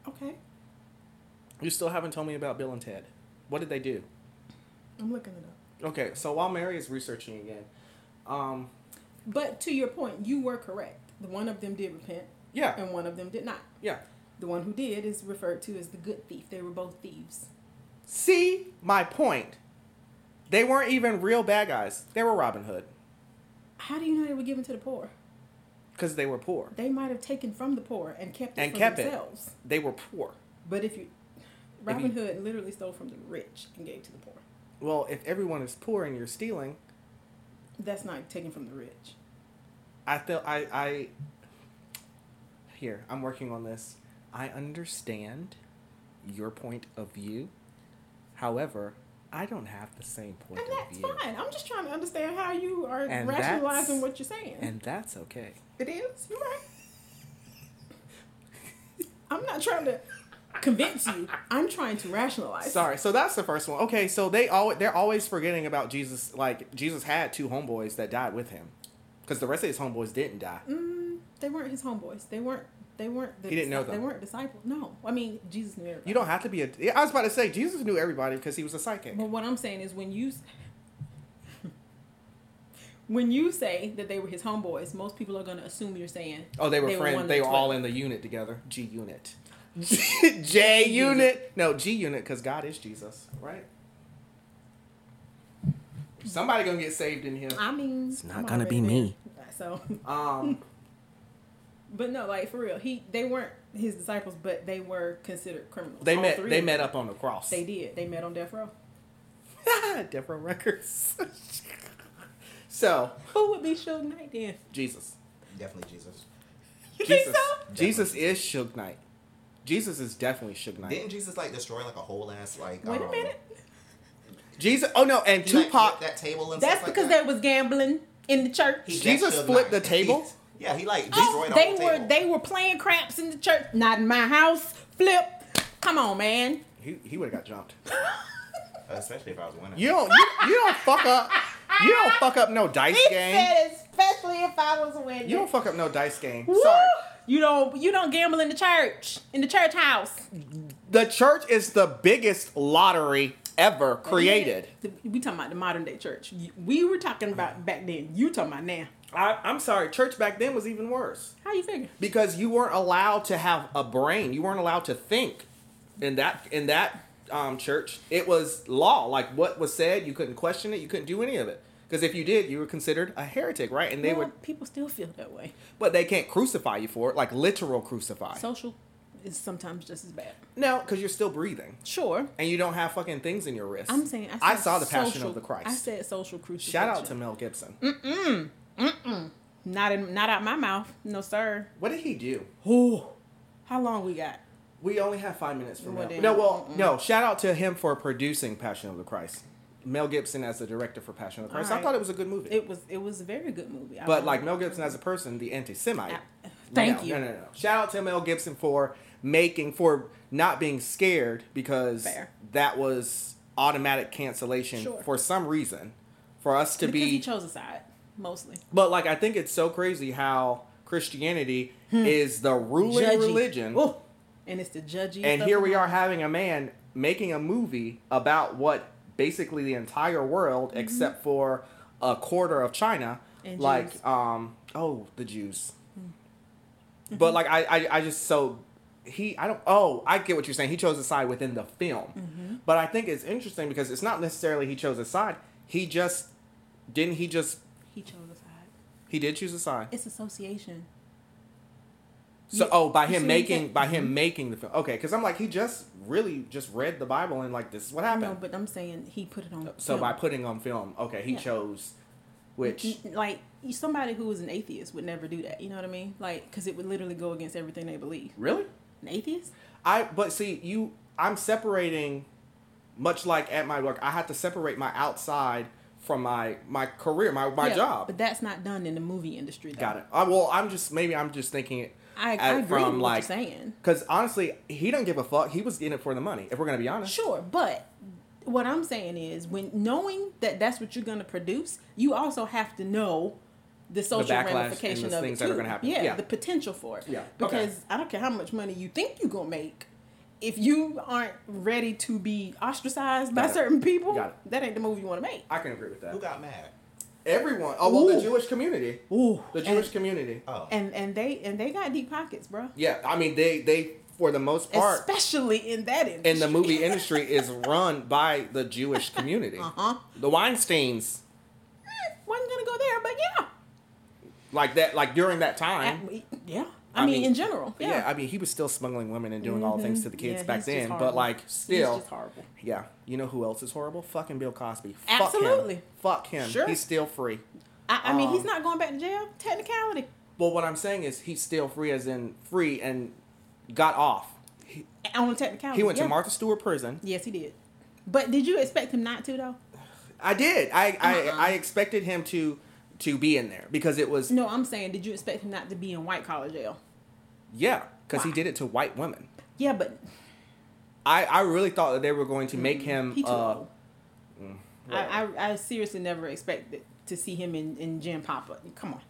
S2: okay
S1: You still haven't told me about Bill and Ted. What did they do?
S2: i'm looking it up
S1: Okay, so while Mary is researching again, um
S2: but to your point you were correct the one of them did repent
S1: yeah,
S2: and one of them did not
S1: yeah.
S2: the one who did is referred to as the good thief they were both thieves
S1: See my point. They weren't even real bad guys. They were Robin Hood
S2: How do you know they were given to the poor?
S1: because they were poor.
S2: They might have taken from the poor and kept it
S1: And
S2: for
S1: kept it.
S2: themselves.
S1: They were poor.
S2: But if you, Robin
S1: you-
S2: Hood literally stole from the rich and gave to the poor.
S1: Well, if everyone is poor and you're stealing,
S2: That's not taken from the rich.
S1: I feel I I here, I'm working on this. I understand your point of view. However, I don't have the same point
S2: And
S1: of
S2: that's
S1: view.
S2: fine. I'm just trying to understand how you are
S1: And
S2: rationalizing
S1: that's-
S2: what you're saying.
S1: And that's okay.
S2: it is. You're right. I'm not trying to convince you. I'm trying to rationalize.
S1: Sorry. So that's the first one. Okay, so they always they're always forgetting about Jesus like Jesus had two homeboys that died with him. Cuz the rest of his homeboys didn't die.
S2: Mm, they weren't his homeboys. They weren't. They weren't. The
S1: He didn't know
S2: disci- They
S1: them.
S2: weren't disciples. No, I mean Jesus knew everybody.
S1: You don't have to be a I was about to say Jesus knew everybody because he was a psychic.
S2: But what I'm saying is when you s- when you say that they were his homeboys, most people are going to assume you're saying
S1: Oh, they were
S2: one
S1: friends.
S2: of
S1: They
S2: the
S1: were all
S2: 12.
S1: in the unit together. G [laughs] unit. J unit. No, G unit because God is Jesus, right? Somebody gonna get saved in here.
S2: I mean,
S4: It's not
S2: I'm
S4: gonna be
S2: already
S4: me.
S2: there. So, [laughs]
S1: Um,
S2: but no, like for real, he they weren't his disciples, but they were considered criminals.
S1: they
S2: All
S1: met.
S2: three
S1: They
S2: of
S1: met
S2: them.
S1: up on the cross.
S2: They did. They met on death row.
S1: [laughs] Different records. [laughs] so
S2: Who would be Suge Knight then?
S1: Jesus,
S3: Definitely Jesus.
S2: You
S1: Jesus,
S2: think so?
S1: Jesus is Suge Knight. Jesus is definitely Suge Knight.
S3: Didn't Jesus like destroy like a whole ass like?
S2: Wait a
S3: um,
S2: minute.
S1: Jesus. Oh no, and
S3: he, like,
S1: Tupac.
S3: flipped that table and
S2: That's
S3: stuff like
S2: because
S3: that.
S2: they was gambling in the church.
S3: He
S1: Jesus
S3: just
S1: flipped
S3: should not.
S1: the table?
S3: yeah, he like
S2: Oh,
S3: destroyed the
S2: they
S3: whole
S2: were
S3: table.
S2: they were playing craps in the church. Not in my house. Flip. Come on, man.
S1: He, he would have got jumped.
S3: Especially if I was winning.
S1: You don't. You, you don't fuck up. You don't fuck up no dice
S2: He
S1: game.
S2: said, especially if I was winning.
S1: You don't fuck up no dice game.
S2: Woo!
S1: Sorry.
S2: You don't. You don't gamble in the church. In the church house.
S1: The church is the biggest lottery ever [laughs] created.
S2: We talking about the modern day church. We were talking about back then. You talking about now?
S1: I, I'm sorry, church back then was even worse
S2: How you figure?
S1: because you weren't allowed to have a brain. You weren't allowed to think. In that in that um, church, it was law. Like what was said, you couldn't question it. You couldn't do any of it because if you did, you were considered a heretic, right? And they
S2: well,
S1: would,
S2: people still feel that way.
S1: but they can't crucify you for it, like literal crucify.
S2: Social is sometimes just as bad.
S1: no, because you're still breathing
S2: Sure.
S1: and you don't have fucking things in your wrist.
S2: I'm saying I, said
S1: I saw the Passion
S2: social-
S1: of the Christ.
S2: I said social crucifixion.
S1: Shout out to Mel Gibson.
S2: not in not out my mouth. No sir.
S1: What did he do?
S2: Ooh. How long we got?
S1: We only have five minutes for
S2: Well,
S1: Mel.
S2: then-
S1: No, well, no. Shout out to him for producing Passion of the Christ. Mel Gibson as the director for Passion of the Christ. I
S2: Alright.
S1: thought it was a good movie.
S2: It was it was a very good movie. I
S1: but
S2: don't-
S1: like Mel Gibson as a person, the anti-Semite.
S2: I- thank
S1: No,
S2: you.
S1: No, no, no. Shout out to Mel Gibson for making for not being scared because
S2: Fair.
S1: that was automatic cancellation
S2: Sure.
S1: for some reason for us to
S2: because
S1: be
S2: he chose a side mostly.
S1: But like I think it's so crazy how Christianity is the ruling
S2: Hmm. Judgy.
S1: religion.
S2: Ooh. And it's the judgy.
S1: And here we are having a man making a movie about what basically the entire world, except for a quarter of China,
S2: Mm-hmm. And
S1: like
S2: Jews.
S1: um oh the Jews.
S2: Hmm.
S1: But
S2: Mm-hmm.
S1: like I, I I just so he I don't oh I get what you're saying. He chose a side within the film,
S2: Mm-hmm.
S1: but I think it's interesting because it's not necessarily he chose a side. He just didn't he just
S2: He chose a side.
S1: he did choose a side.
S2: It's association.
S1: So
S2: You-
S1: oh, by
S2: you see
S1: him
S2: what Mm-hmm. I'm
S1: making
S2: saying?
S1: by him making the film. Okay, because I'm like he just really just read the Bible and like this is what
S2: I know,
S1: happened.
S2: but I'm saying he put it on.
S1: so
S2: film.
S1: by putting on film, okay, he
S2: Yeah.
S1: chose, which
S2: N- like somebody who was an atheist would never do that. You know what I mean? Like because it would literally go against everything they believe.
S1: really
S2: An atheist?
S1: I but see you I'm separating, much like at my work, I have to separate my outside from my my career, my my
S2: Yeah,
S1: job.
S2: But that's not done in the movie industry. Though.
S1: Got it. I, well, I'm just maybe I'm just thinking it.
S2: I, I
S1: at-
S2: agree with what you're saying.
S1: Cause honestly, he don't give a fuck. He was in it for the money. If we're gonna be honest,
S2: Sure, but what I'm saying is, when knowing that that's what you're going to produce, you also have to know the social
S1: backlash and
S2: ramification
S1: the
S2: of
S1: things
S2: it
S1: that are
S2: too.
S1: gonna happen.
S2: Yeah,
S1: Yeah.
S2: the potential for it.
S1: Yeah, okay.
S2: because I don't care how much money you think you're gonna make. If you aren't ready to be ostracized by
S1: Got it.
S2: certain people,
S1: Got it.
S2: that ain't the movie you want to make.
S1: I can agree with that.
S3: Who got mad?
S1: Everyone. Oh well, the
S2: Ooh.
S1: Jewish community.
S2: Ooh,
S1: The Jewish
S2: and,
S1: community.
S3: Oh,
S2: and and they and they got deep pockets, bro.
S1: Yeah, I mean they they for the most part,
S2: especially in that industry.
S1: in the movie industry, is run by the Jewish community.
S2: Uh-huh.
S1: The Weinsteins,
S2: [laughs] wasn't gonna go there, but yeah,
S1: like that, like during that time.
S2: I- yeah. I, mean, in general, yeah. Mm-hmm.
S1: yeah. I mean, he was still smuggling women and doing all things to the kids
S2: Yeah,
S1: back
S2: he's just
S1: then. But
S2: horrible.
S1: like, still,
S2: he's just horrible.
S1: yeah. You know who else is horrible? Fucking Bill Cosby.
S2: Absolutely.
S1: Fuck him. Fuck him.
S2: Sure.
S1: He's still free.
S2: I, I mean,
S1: Um,
S2: he's not going back to jail. Technicality.
S1: But what I'm saying is, he's still free, as in free and got off. He,
S2: On a technicality.
S1: he went
S2: Oh, yeah.
S1: to Martha Stewart Prison.
S2: Yes, he did. But did you expect him not to though?
S1: I did. I I,
S2: Uh-uh.
S1: I expected him to to be in there because it was
S2: No, I'm saying, did you expect him not to be in white collar jail?
S1: yeah because he
S2: Why?
S1: did it to white women.
S2: Yeah, but
S1: I I really thought that they were going to make him.
S2: he too
S1: uh,
S2: old. I, I I seriously never expected to see him in in Jim Papa. Come on,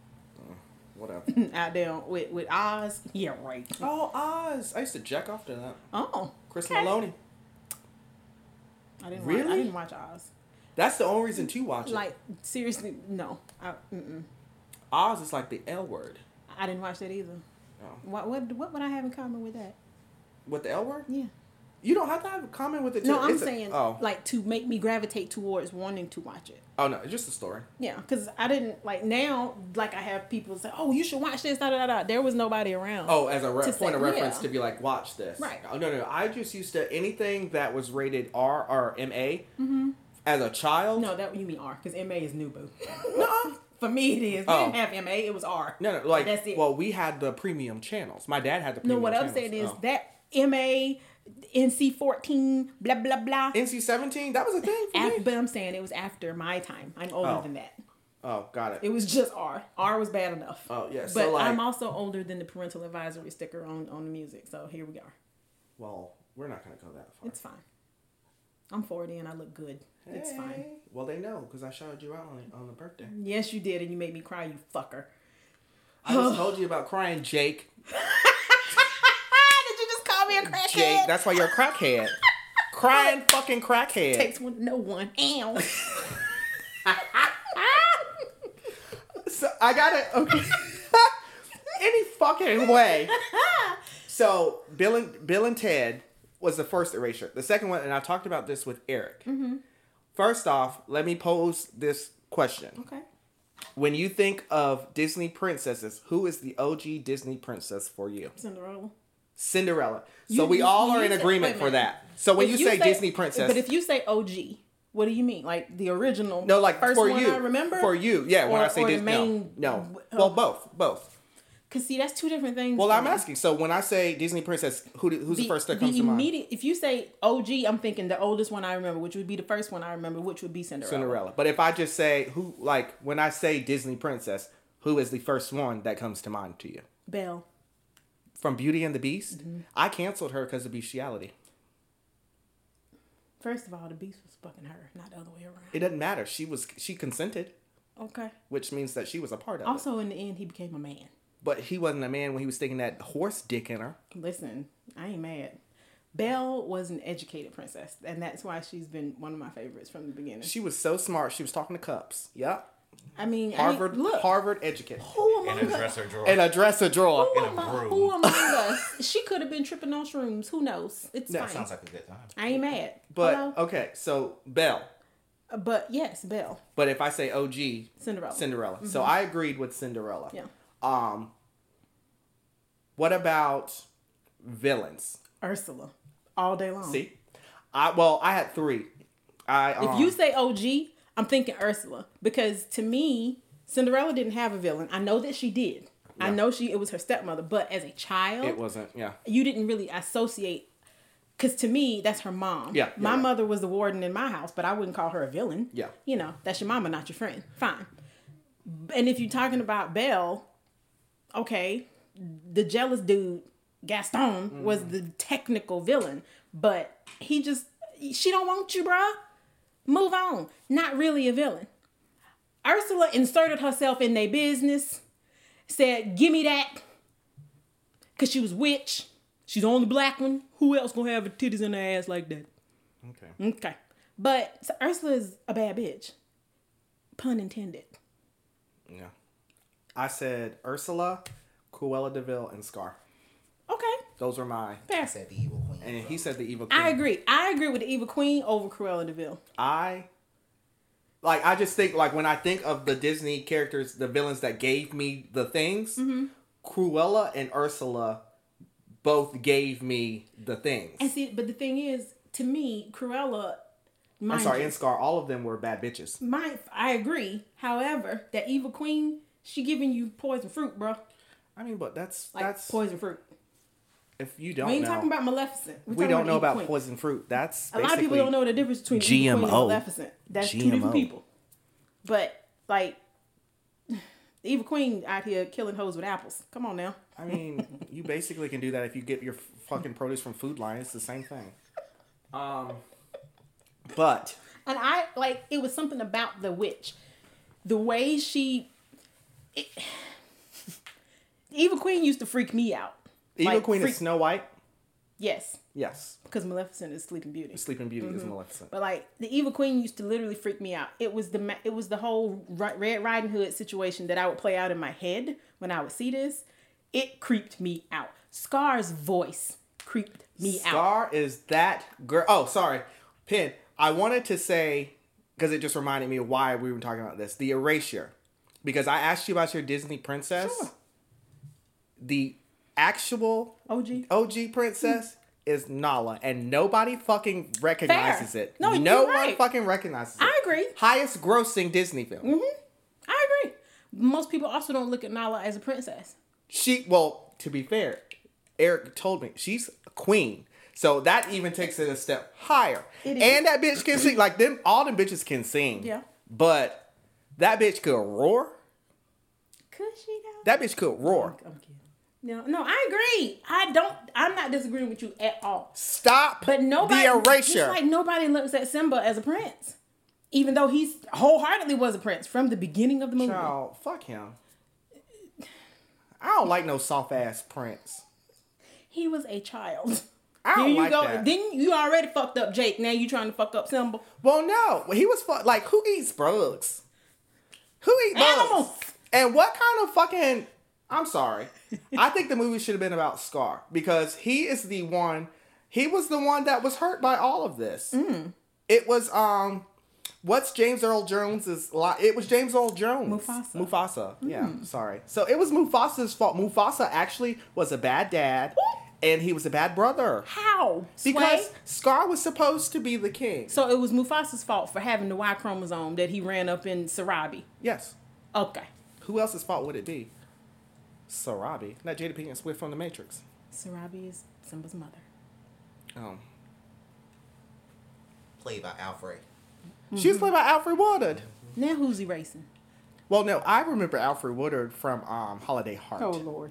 S2: [laughs]
S1: Whatever.
S2: out there with with Oz. Yeah, right.
S1: oh Oz, I used to jack off to that.
S2: Oh,
S1: Chris
S2: okay.
S1: Maloney.
S2: I didn't Watch, I
S1: Really?
S2: didn't watch Oz.
S1: That's the only reason to watch it.
S2: Like seriously, no. I, mm-mm.
S1: Oz is like the L word.
S2: I didn't watch that either.
S1: Oh.
S2: What what what would I have in common with that?
S1: With the L word,
S2: Yeah.
S1: you don't have to have a comment with it.
S2: No,
S1: too.
S2: I'm
S1: It's a-
S2: saying
S1: oh,
S2: like to make me gravitate towards wanting to watch it.
S1: oh no, it's just a story.
S2: Yeah, because I didn't like now. Like I have people say, "Oh, you should watch this." Da da da. da. There was nobody around.
S1: Oh, as a re-
S2: To
S1: point
S2: say-
S1: of reference
S2: yeah.
S1: to be like, watch this.
S2: Right.
S1: Oh, no, no, I just used to anything that was rated R or MA as a child.
S2: Mm-hmm. no, that you mean R because MA is new boo.
S1: [laughs] No.
S2: for me it is. We
S1: Oh.
S2: didn't have MA. It was R.
S1: No, no, like
S2: that's it.
S1: well, we had the premium channels. My dad had the
S2: no,
S1: premium
S2: what I'm
S1: channels.
S2: saying is
S1: Oh.
S2: that MA, NC fourteen, blah blah blah.
S1: NC-17, that was a thing for
S2: Af-
S1: me.
S2: but I'm saying it was after my time. I'm older
S1: Oh.
S2: than that.
S1: Oh, got
S2: It
S1: it.
S2: was just R. R was bad enough.
S1: Oh, yeah,
S2: But
S1: so, like-
S2: I'm also older than the parental advisory sticker on on the music. So here we are.
S1: Well, we're not gonna go that far.
S2: It's fine. I'm 40 and I look good. It's fine.
S1: Hey. Well, they know because I shouted you out on, on the [sighs] birthday.
S2: Yes, you did, and you made me cry, you fucker.
S1: I just told you about crying, Jake.
S2: Ah, did you just call me a crackhead?
S1: Jake, that's why you're a [laughs] crackhead. crying, fucking crackhead.
S2: takes one to know one. Ow.
S1: So I gotta okay. [laughs] any fucking [laughs] way. So Bill and Bill and Ted was the first erasure. The second one, and I talked about this with Eric. First off, let me pose this question:
S2: okay.
S1: When you think of Disney princesses, who is the OG Disney princess for you?
S2: Cinderella.
S1: Cinderella. So
S2: You-
S1: we
S2: you-
S1: all
S2: you
S1: are in
S2: said-
S1: agreement
S2: wait a
S1: for
S2: minute.
S1: that. So when
S2: If
S1: you, say, Disney princess,
S2: But if you say OG, what do you mean? Like the original?
S1: no, like
S2: first
S1: for
S2: one
S1: you,
S2: I remember?
S1: for you, yeah. when
S2: Or-
S1: I say
S2: or the
S1: Disney,
S2: main-
S1: no, no.
S2: Oh.
S1: well, both, both.
S2: Because, see, that's two different things.
S1: Well,
S2: for
S1: I'm
S2: me.
S1: asking. So when I say Disney princess, who do- who's the, first that comes to mind?
S2: immediate, If you say OG, I'm thinking the oldest one I remember, which would be the first one I remember, which would be Cinderella.
S1: Cinderella. But if I just say who, like when I say Disney princess, who is the first one that comes to mind to you?
S2: Belle.
S1: From Beauty and the Beast,
S2: Mm-hmm.
S1: I canceled her because of bestiality.
S2: First of all, the beast was fucking her, not the other way around.
S1: It doesn't matter. She was she consented,
S2: Okay.
S1: which means that she was a part of it.
S2: Also, in the end, he became a man.
S1: But he wasn't a man when he was sticking that horse dick in her.
S2: Listen, I ain't mad. Belle was an educated princess, and that's why she's been one of my favorites from the beginning.
S1: She was so smart. She was talking to cups. Yep.
S2: I mean,
S1: Harvard
S2: I mean, look,
S1: Harvard educated.
S2: who
S3: In
S2: among
S3: a
S2: us?
S3: dresser drawer.
S1: And a dresser drawer.
S2: Who,
S3: in a
S2: among,
S3: room.
S2: who among us? She could have been tripping on shrooms. Who knows? It's
S1: No,
S2: fine.
S1: it
S3: Sounds like a good time.
S2: I ain't mad.
S1: But
S2: Hello? Uh,
S1: okay, so Belle.
S2: but yes, Belle,
S1: But if I say OG,
S2: Cinderella. Mm-hmm.
S1: Cinderella. So I agreed with Cinderella.
S2: Yeah.
S1: Um what about villains?
S2: Ursula, all day long.
S1: See? I well, I had 3. I
S2: If
S1: um,
S2: you say OG, I'm thinking Ursula because to me, Cinderella didn't have a villain. I know that she did. I know she it was her stepmother, but as a child,
S1: it wasn't. Yeah.
S2: you didn't really associate because to me that's her mom
S1: Yeah, yeah,
S2: my
S1: yeah.
S2: mother was the warden in my house but i wouldn't call her a villain
S1: Yeah.
S2: you know that's your mama not your friend fine and if you're talking about belle okay the jealous dude gaston was the technical villain but he just she don't want you bruh move on not really a villain ursula inserted herself in their business said give me that Cause she was witch. She's the only black one. Who else gonna have her titties in her ass like that?
S1: Okay.
S2: Okay. But so Ursula is a bad bitch. Pun intended.
S1: Yeah. I said Ursula, Cruella DeVille and Scar.
S2: Okay.
S1: Those were mine.
S2: Pass
S3: Said the evil queen.
S1: And he said the evil. Queen.
S2: I agree. I agree with the Evil Queen over Cruella Deville.
S1: I like I just think like when I think of the Disney characters, the villains that gave me the things,
S2: Mm-hmm.
S1: Cruella and Ursula both gave me the things.
S2: And see, but the thing is, to me, Cruella.
S1: I'm
S2: mind
S1: sorry,
S2: you-
S1: and Scar, all of them were bad bitches.
S2: My, I agree. However, that evil queen, she giving you poison fruit, bro.
S1: I mean, but that's
S2: Like
S1: that's
S2: poison fruit.
S1: if you
S2: We
S1: don't
S2: ain't
S1: know,
S2: talking about Maleficent. We're
S1: we
S2: talking
S1: don't know
S2: evil
S1: about
S2: queen.
S1: poison fruit. That's
S2: A lot of people
S1: basically-
S2: don't know the difference between evil queen and
S3: GMO.
S2: Maleficent. That's two
S3: GMO.
S2: different people. But like, the evil queen out here killing hoes with apples. Come on now.
S1: I mean, you basically can do that if you get your fucking produce from Food Lion. It's the same thing. Um, but
S2: And I like it was something about the witch, the way she. It, [sighs] the evil queen used to freak me out.
S1: Evil
S2: Like,
S1: Queen
S2: freak-
S1: is Snow White.
S2: Yes,
S1: Yes,
S2: because Maleficent is Sleeping Beauty.
S1: Sleeping Beauty
S2: Mm-hmm.
S1: is Maleficent.
S2: But like the Evil Queen used to literally freak me out. It was the ma- it was the whole Ri- Red Riding Hood situation that I would play out in my head when I would see this. It creeped me out. Scar's voice creeped me out.
S1: Scar is that girl. Oh, sorry, Pin. I wanted to say because it just reminded me of why we were talking about this. The erasure, because I asked you about your Disney princess. The actual
S2: OG.
S1: OG princess is Nala, and nobody fucking recognizes it.
S2: No,
S1: no
S2: you're
S1: one
S2: right.
S1: fucking recognizes it.
S2: I agree.
S1: Highest grossing Disney film.
S2: I agree. Most people also don't look at Nala as a princess.
S1: She well, to be fair, Eric told me she's a queen. So that even takes it a step higher.
S2: It is.
S1: And that bitch can sing. Like them all them bitches can sing.
S2: Yeah.
S1: But that bitch could roar.
S2: Could she though?
S1: That bitch could roar.
S2: I'm kidding. No, no, I agree. I don't. I'm not disagreeing with you at all.
S1: Stop
S2: But nobody,
S1: the
S2: just
S1: erasure.
S2: like nobody looks at Simba as a prince, even though he's wholeheartedly was a prince from the beginning of the movie.
S1: Child, fuck him. I don't like no soft ass prince.
S2: He was a child.
S1: [laughs] I don't
S2: Here you
S1: like
S2: go.
S1: that.
S2: Then you already fucked up Jake. Now you trying to fuck up Simba.
S1: Well, no, he was fu- like, who eats bugs? Who eats bugs?
S2: Animals.
S1: And what kind of fucking? I'm sorry. I think the movie should have been about Scar because he is the one. He was the one that was hurt by all of this.
S2: Mm.
S1: It was um, what's James Earl Jones's? Li- it was James Earl Jones.
S2: Mufasa. Mm.
S1: Mufasa. Yeah. Sorry. So it was Mufasa's fault. Mufasa actually was a bad dad, and he was a bad brother
S2: How? Sway?
S1: because Scar was supposed to be the king.
S2: so it was Mufasa's fault for having the Y chromosome that he ran up in Sarabi.
S1: Yes.
S2: Okay.
S1: Who else's fault would it be? Sarabi, not Jada Pinkett Swift from The Matrix.
S2: Sarabi is Simba's mother.
S1: Um,
S3: Played by Alfred.
S1: She
S2: Mm-hmm.
S1: was played by Alfred Woodard.
S2: Now who's erasing?
S1: Well, no, I remember Alfred Woodard from um, Holiday Heart.
S2: Oh Lord.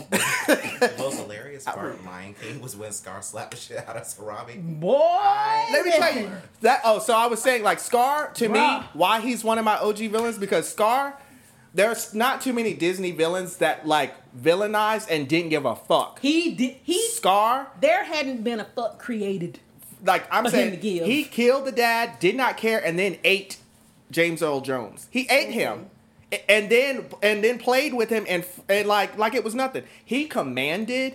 S3: The most hilarious part of Lion King was when Scar slapped the shit out of
S2: Mm.
S3: Sarabi.
S2: Boy.
S1: Let me tell you that. Oh, so I was saying like Scar to me,
S2: Bruh.
S1: why he's one of my OG villains because Scar, there's not too many Disney villains that like villainized and didn't give a fuck.
S2: He did. He.
S1: Scar,
S2: There hadn't been a fuck created.
S1: like I'm
S2: For him
S1: saying,
S2: to give.
S1: he killed the dad, did not care, and then ate James Earl Jones. He ate him, A- and then and then played with him, and, f- and like like it was nothing. He commanded,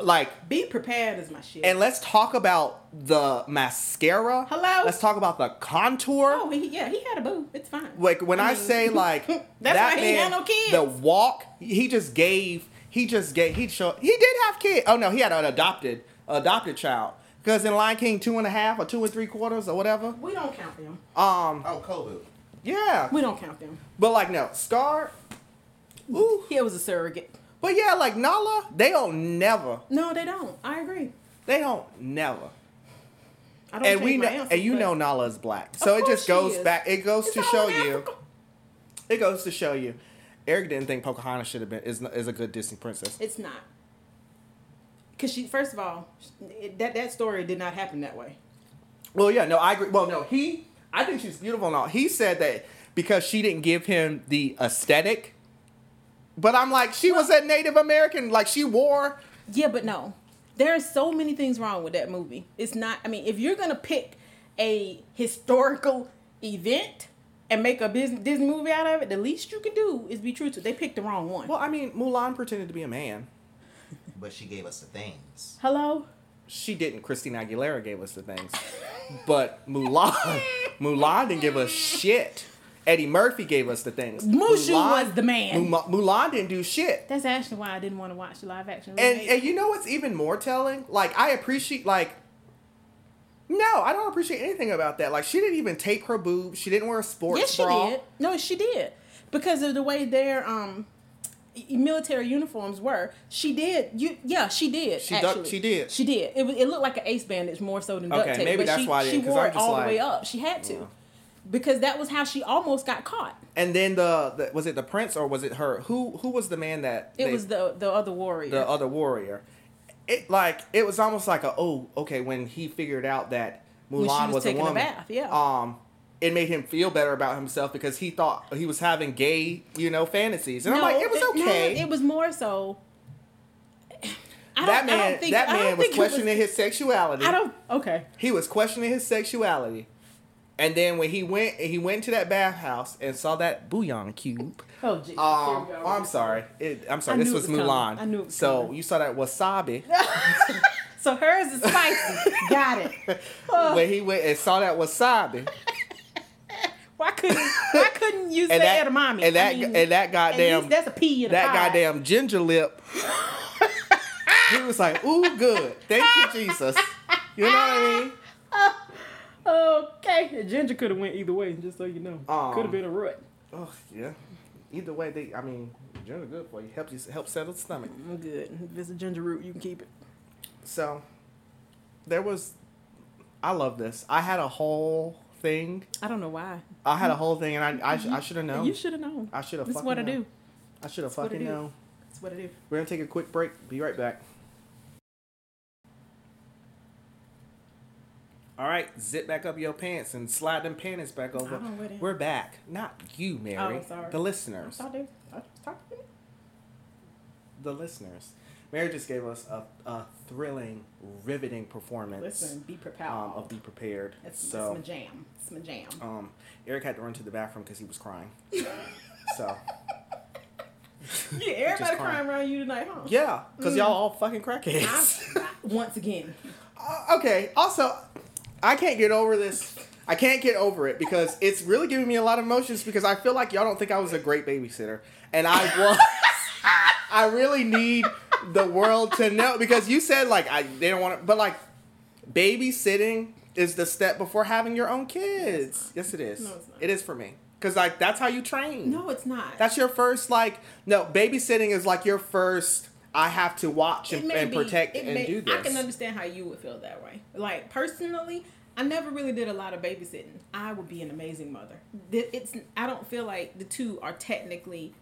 S1: like,
S2: Be prepared is my shit.
S1: and let's talk about the mascara.
S2: Hello?
S1: Let's talk about the contour.
S2: oh he, yeah, he had a boo. It's fine.
S1: Like when I,
S2: mean,
S1: say like
S2: [laughs] that's
S1: that
S2: why he
S1: man,
S2: had no kids.
S1: the walk he just gave, he just gave, he show, he did have kids. Oh no, he had an adopted adopted child because in Lion King two and a half or two and three quarters or whatever.
S2: we don't count them.
S1: Um,
S3: Oh, Kobu.
S1: yeah,
S2: We don't count them.
S1: but like no Scar. Ooh,
S2: He was a surrogate.
S1: but yeah, like Nala, they don't never,
S2: No, they don't. I agree.
S1: they don't never.
S2: I don't
S1: And we
S2: change
S1: know,
S2: my answer,
S1: and you
S2: but-
S1: know Nala is black, so it
S2: course
S1: just
S2: she
S1: goes
S2: is.
S1: back. It goes
S2: It's
S1: to
S2: all
S1: show
S2: in
S1: you.
S2: Africa.
S1: It goes to show you. Eric didn't think Pocahontas should have been is, is a good Disney princess.
S2: It's not. Cause she, first of all, it, that that story did not happen that way.
S1: Well, yeah, no, I agree. Well, no, he, I think she's beautiful and all. He said that because she didn't give him the aesthetic. But I'm like, she was a Native American. Like, she wore.
S2: Yeah, but no, there are so many things wrong with that movie. It's not. I mean, if you're gonna pick a historical event and make a business Disney movie out of it, the least you can do is be true to. They picked the wrong one.
S1: Well, I mean, Mulan pretended to be a man.
S3: but she gave us the things.
S2: Hello?
S1: She didn't. Christina Aguilera gave us the things, but
S2: [laughs]
S1: Mulan, Mulan didn't give us shit. Eddie Murphy gave us the things.
S2: Mushu
S1: Mulan-
S2: was the man.
S1: Mula- Mulan didn't do shit.
S2: That's actually why I didn't want to watch the live action.
S1: And
S2: remake.
S1: and you know what's even more telling? Like I appreciate like no, I don't appreciate anything about that. Like she didn't even tape her boobs. She didn't wear a sports
S2: yes, she
S1: bra.
S2: did. No, she did because of the way their um y- military uniforms were. She did. You yeah, she did.
S1: She duck-
S2: actually.
S1: she did.
S2: She did. It was, it looked like an ace bandage more so than duct
S1: Okay,
S2: tape.
S1: maybe
S2: but
S1: that's
S2: she,
S1: why I
S2: she
S1: didn't, 'cause
S2: wore
S1: I'm
S2: it
S1: just
S2: all the way
S1: like-
S2: up. She had to. Because that was how she almost got caught.
S1: And then the, the was it the prince or was it her? Who who was the man that
S2: It
S1: they-
S2: was the the other warrior.
S1: the other warrior. It like it was almost like a oh okay when he figured out that
S2: she
S1: Mulan
S2: was
S1: was, a
S2: taking a
S1: woman.
S2: bath, yeah.
S1: Um, it made him feel better about himself because he thought he was having gay you know fantasies, and I'm like it was
S2: no,
S1: okay.
S2: it was more so. I
S1: that
S2: don't, I don't
S1: man,
S2: think,
S1: that
S2: I don't
S1: man was
S2: think it
S1: questioning his sexuality.
S2: I don't. Okay.
S1: He was questioning his sexuality, and then when he went, he went to that bathhouse and saw that bouillon cube.
S2: Oh,
S1: Um,
S2: geez.
S1: oh, I'm sorry. It, I'm sorry.
S2: I
S1: this
S2: knew it
S1: was,
S2: was coming.
S1: Mulan.
S2: I knew it was
S1: so
S2: coming.
S1: you saw that wasabi.
S2: So hers
S1: [laughs]
S2: is spicy. Got it.
S1: when he went and saw that wasabi.
S2: Why couldn't
S1: [laughs]
S2: why couldn't you say
S1: that-
S2: edamame?
S1: and that-
S2: I mean,
S1: and that
S2: at
S1: goddamn-
S2: least that's a P in a
S1: that
S2: pie.
S1: goddamn ginger lip. [laughs] he was like, "Ooh, good. Thank you, Jesus." You know what I mean?
S2: Okay, ginger could have went either way. Just so you know,
S1: Um,
S2: could have been a rut.
S1: Oh yeah. Either way, they. I mean, ginger good for you. Helps you help settle the stomach.
S2: I'm good. If it's a ginger root, you can keep it.
S1: So, there was. I love this. I had a whole thing.
S2: I don't know why.
S1: I had a whole thing, and I I, sh- I should have known.
S2: You should have known.
S1: I should have.
S2: That's what I do.
S1: I should have
S2: what I
S1: fucking
S2: do.
S1: known.
S2: That's what I do.
S1: We're gonna take a quick break. Be right back. All right, zip back up your pants and slide them panties back over.
S2: don't with it. Oh,
S1: We're back. Not you, Mary.
S2: sorry.
S1: The
S2: I
S1: listeners.
S2: thought they. I talked to me.
S1: The listeners. Mary just gave us a, a thrilling, riveting performance
S2: Listen, be prepared.
S1: um, of Be Prepared.
S2: That's,
S1: so,
S2: that's my jam. It's my jam.
S1: um, Eric had to run to the bathroom because he was crying. so,
S2: yeah, everybody
S1: crying.
S2: crying around you tonight, huh?
S1: yeah,
S2: [laughs]
S1: because y'all all fucking crackheads.
S2: Mm. I- I- once again,
S1: Uh, okay. Also, I can't get over this. I can't get over it because it's really giving me a lot of emotions because I feel like y'all don't think I was a great babysitter, and I
S2: [laughs]
S1: was. I really need the world to know because you said like I they don't want to, but like babysitting is the step before having your own kids. Yes, it is.
S2: No, it's not.
S1: It is for me because like that's how you train.
S2: no, it's not.
S1: That's your first like no babysitting is like your first. I have to watch and, and protect
S2: it
S1: and
S2: may-
S1: do this.
S2: I can understand how you would feel that way. Like personally, I never really did a lot of babysitting. I would be an amazing mother. Th- It's I don't feel like the two are technically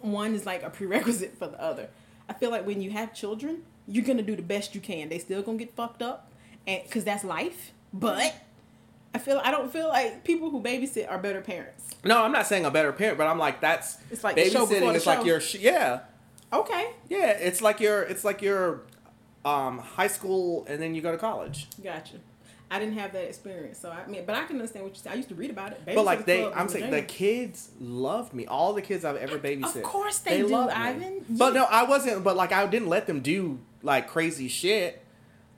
S2: one is like a prerequisite for the other. I feel like when you have children, you're gonna do the best you can. They still gonna get fucked up, and because that's life. But I feel I don't feel like people who babysit are better parents.
S1: No, I'm not saying a better parent, but I'm like that's
S2: It's like the show before the
S1: is
S2: show.
S1: like your sh- yeah
S2: Okay,
S1: yeah it's like your it's like your um high school and then you go to college.
S2: Gotcha. I didn't have that experience, so I mean, but I can understand what you said. I used to read about it.
S1: But like they,
S2: Babysitter's Club
S1: I'm
S2: was a
S1: saying
S2: jam.
S1: the kids loved me. All the kids I've ever babysit,
S2: course they do,
S1: loved me.
S2: Ivan.
S1: But
S2: You-
S1: no, I wasn't. But like I didn't let them do like crazy shit.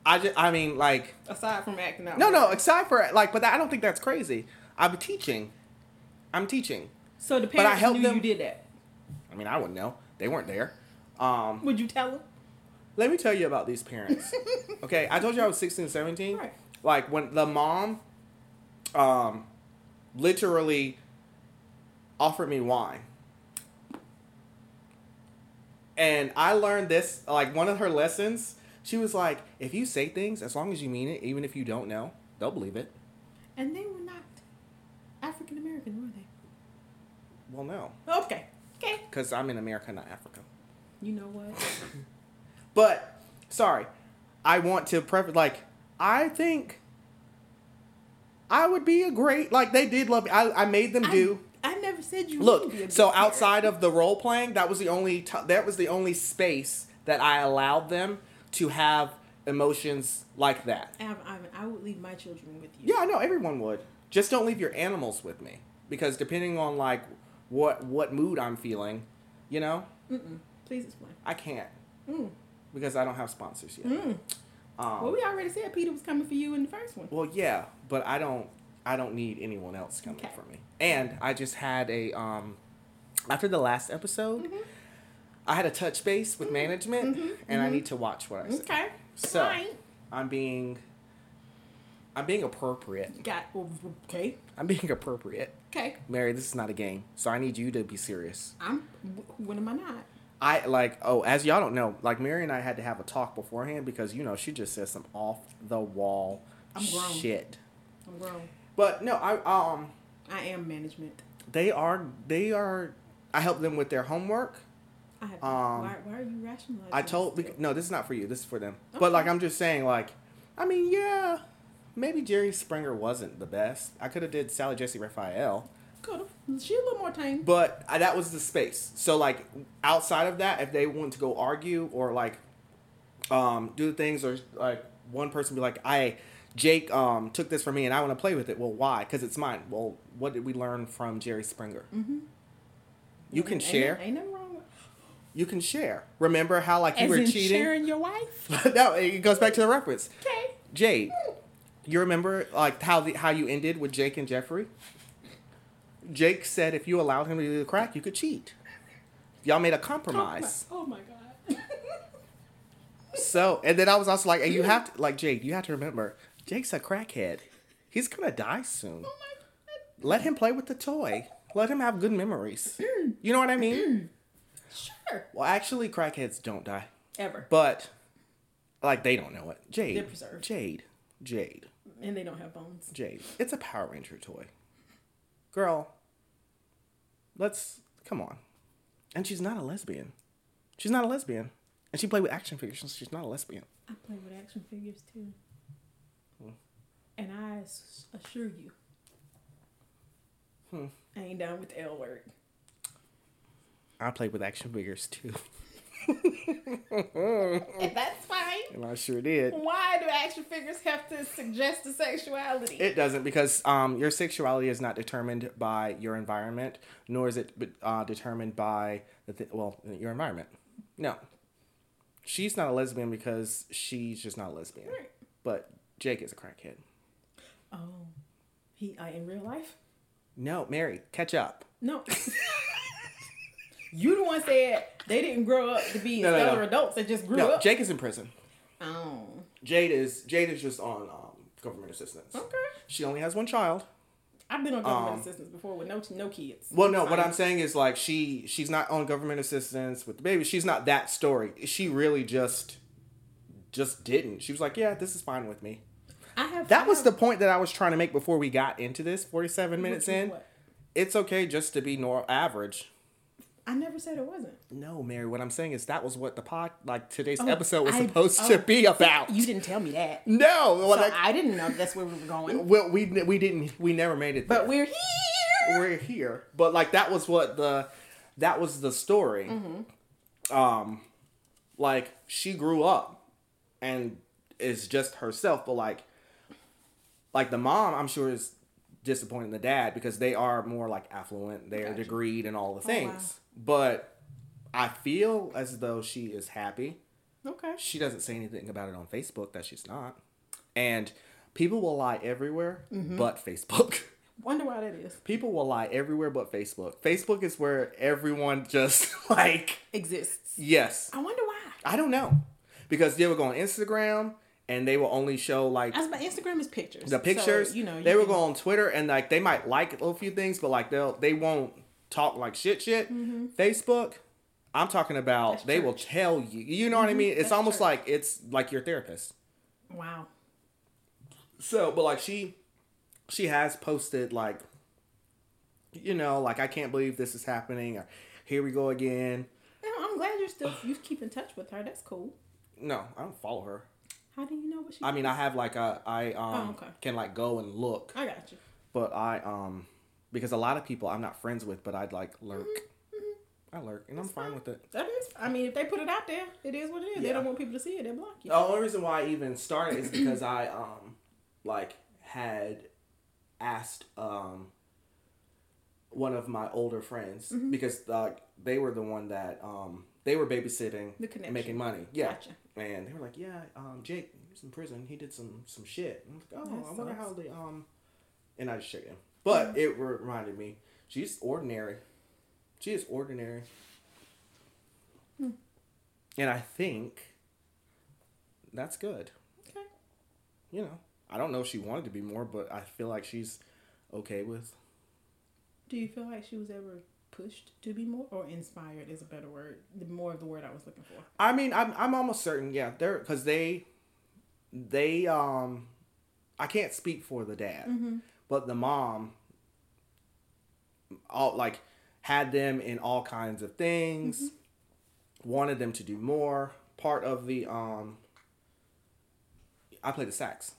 S1: I just, I mean, like
S2: aside from acting out.
S1: no, no. Aside for like, but I don't think that's crazy. I'm teaching. I'm teaching.
S2: So the
S1: I
S2: parents
S1: helped
S2: knew
S1: them-
S2: you did that.
S1: I mean, I wouldn't know. They weren't there. Um,
S2: Would you tell them?
S1: let me tell you about these parents. okay, I told you I was 16, 17.
S2: Right.
S1: Like when the mom um literally offered me wine. And I learned this like one of her lessons, she was like, if you say things as long as you mean it, even if you don't know, they'll believe it.
S2: And they were not African American, were
S1: Well, no,
S2: they? Okay. Okay.
S1: cuz I'm in America, not Africa.
S2: You know what?
S1: But sorry, I want to preface like I think I would be a great like they did love me. I, I made them do.
S2: I, I never said you.
S1: Look,
S2: wouldn't be a
S1: so
S2: good
S1: outside
S2: parent.
S1: of the role playing, that was the only t- that was the only space that I allowed them to have emotions like that.
S2: Av- Ivan, I would leave my children with you.
S1: Yeah, I know everyone would. Just don't leave your animals with me because depending on like what what mood I'm feeling, you know,
S2: Please explain.
S1: I can't.
S2: Mm.
S1: because I don't have sponsors yet.
S2: Mm.
S1: Um,
S2: Well, we already said Peter was coming for you in the first one.
S1: Well, yeah, but I don't I don't need anyone else coming
S2: Okay.
S1: for me. And I just had a um after the last episode,
S2: Mm-hmm.
S1: I had a touch base with management and I need to watch what I say.
S2: Mm-hmm. Okay.
S1: So,
S2: Fine.
S1: I'm being I'm being appropriate.
S2: Got well, okay.
S1: I'm being appropriate.
S2: Okay.
S1: Mary, this is not a game. So I need you to be serious.
S2: I'm. wh- When am I not?
S1: I like oh, as y'all don't know, like Mary and I had to have a talk beforehand because you know, she just says some off the wall
S2: I'm grown.
S1: shit.
S2: I'm grown.
S1: But no, I um
S2: I am management.
S1: they are they are i help them with their homework
S2: I have.
S1: Um,
S2: why, why are you rationalizing?
S1: i told
S2: this still?
S1: no this is not for you this is for them
S2: Okay.
S1: but like i'm just saying like i mean yeah maybe jerry springer wasn't the best i could have did sally jesse raphael
S2: Could've. She a little more tame.
S1: but I, that was the space so like outside of that if they want to go argue or like um do things or like one person be like i jake um took this from me and i want to play with it well why because it's mine well what did we learn from jerry springer mm-hmm. you can
S2: Ain't-
S1: share
S2: Ain't, ain't nothing wrong. With,
S1: you can share. Remember how like you
S2: as
S1: were
S2: in
S1: cheating?
S2: sharing your wife.
S1: [laughs] no, it goes back to the reference.
S2: Okay.
S1: Jade, you remember like how the how you ended with Jake and Jeffrey? Jake said if you allowed him to do the crack, you could cheat. Y'all made a compromise.
S2: Oh my god. [laughs]
S1: So, and then I was also like, and you have to like Jake, you have to remember, Jake's a crackhead. He's gonna die soon.
S2: Oh my
S1: Let him play with the toy. Let him have good memories. You know what I
S2: Mm.
S1: mean?
S2: god. Sure.
S1: Well, actually, crackheads don't die.
S2: Ever.
S1: But like they don't know it. Jade.
S2: They're preserved.
S1: Jade. Jade.
S2: and they don't have bones.
S1: Jade. It's a Power Ranger toy. Girl. Let's come on. And she's not a lesbian. She's not a lesbian. And she played with action figures, so she's not a lesbian.
S2: I play with action figures too.
S1: Hmm.
S2: And I s- assure you,
S1: Hmm.
S2: I ain't down with the L word.
S1: I played with action figures too. [laughs] Hmm.
S2: And that's fine.
S1: And I sure did.
S2: Why do action figures have to suggest the sexuality?
S1: It doesn't because um, your sexuality is not determined by your environment, nor is it uh, determined by the th- well your environment. No, she's not a lesbian because she's just not a lesbian.
S2: Right.
S1: But Jake is a crackhead.
S2: oh, he uh, in real life?
S1: No, Mary, catch up.
S2: No. you the one said they didn't grow up to be
S1: No, no,
S2: stellar
S1: no.
S2: adults. They just grew
S1: No,
S2: up.
S1: Jake is in prison.
S2: oh,
S1: Jade is Jade is just on um, government assistance.
S2: okay.
S1: She only has one child.
S2: I've been on government
S1: Um,
S2: assistance before with no no kids.
S1: Well, no, what
S2: Fine.
S1: I'm saying is like she she's not on government assistance with the baby. She's not that story. She really just just didn't. She was like, "Yeah, this is fine with me."
S2: I have
S1: That was
S2: five-
S1: the point that I was trying to make before we got into this 47 minutes
S2: Which is
S1: in.
S2: what?
S1: It's okay just to be nor average.
S2: I never said it wasn't.
S1: No, Mary, what I'm saying is that was what the pod like today's
S2: Oh,
S1: episode was
S2: I-
S1: supposed
S2: oh,
S1: to be about.
S2: You didn't tell me that.
S1: no, well,
S2: So
S1: like,
S2: I didn't know that's where we
S1: [laughs]
S2: were going.
S1: well, we we didn't we never made it.
S2: But
S1: there.
S2: we're here.
S1: we're here. But like that was what the that was the story.
S2: Mm-hmm.
S1: Um like she grew up and is just herself, but like like the mom I'm sure is disappointing the dad because they are more like affluent, they are
S2: Gotcha. Oh,
S1: degreed and all the
S2: wow.
S1: things. But I feel as though she is happy
S2: Okay.
S1: she doesn't say anything about it on Facebook that she's not. And people will lie everywhere
S2: Mm-hmm.
S1: but Facebook. [laughs]
S2: Wonder why that is.
S1: People will lie everywhere but Facebook. Facebook is where everyone just [laughs] like,
S2: Exists.
S1: yes.
S2: I wonder why.
S1: I don't know. Because they will go on Instagram and they will only show like
S2: As my Instagram is pictures.
S1: the
S2: So,
S1: pictures.
S2: you know, you
S1: they will
S2: can-
S1: go on Twitter and like they might like a few things, but like they'll they won't talk like shit shit. Facebook, I'm talking about
S2: Mm-hmm. That's
S1: they will
S2: church. Mm-hmm.
S1: tell you. You know what I mean? It's
S2: That's
S1: almost
S2: church.
S1: like it's like your therapist.
S2: Wow.
S1: So, but like she, she has posted like, you know, like I can't believe this is happening. Or, Here we go again.
S2: No, I'm glad you're still you keep in touch with her. That's cool.
S1: No, I don't follow her.
S2: How do you know what she?
S1: I mean, I have like a I um
S2: Oh, okay.
S1: can like go and look,
S2: I got you.
S1: but I um because a lot of people I'm not friends with, but I'd like lurk.
S2: Mm-hmm.
S1: I lurk, and I'm fine, with it.
S2: That is. I mean, if they put it out there, it is what it is. They
S1: Yeah. Oh,
S2: don't want people to see it. They block you.
S1: The only reason why I even started is because I um like had asked um
S2: Mm-hmm.
S1: one of my older friends because like they were the one that um They were babysitting
S2: The
S1: and making
S2: connection.
S1: money. Yeah.
S2: Gotcha.
S1: And they were like, yeah, um, Jake, he was in prison. He did some some shit. And I was like, oh,
S2: That
S1: I wonder
S2: sucks.
S1: how they um. And I just checked in, but it re- reminded me she's ordinary. She is ordinary.
S2: Hmm.
S1: And I think that's good.
S2: Okay.
S1: You know, I don't know if she wanted to be more, but I feel like she's okay with
S2: Do you feel like she was ever pushed to be more or inspired is a better word. The more of the word I was looking for.
S1: I mean, I'm I'm almost certain, yeah, they're because they, they um, I can't speak for the dad, but the mom, all like, had them in all kinds of things, wanted them to do more. Part of the um, I play the sax,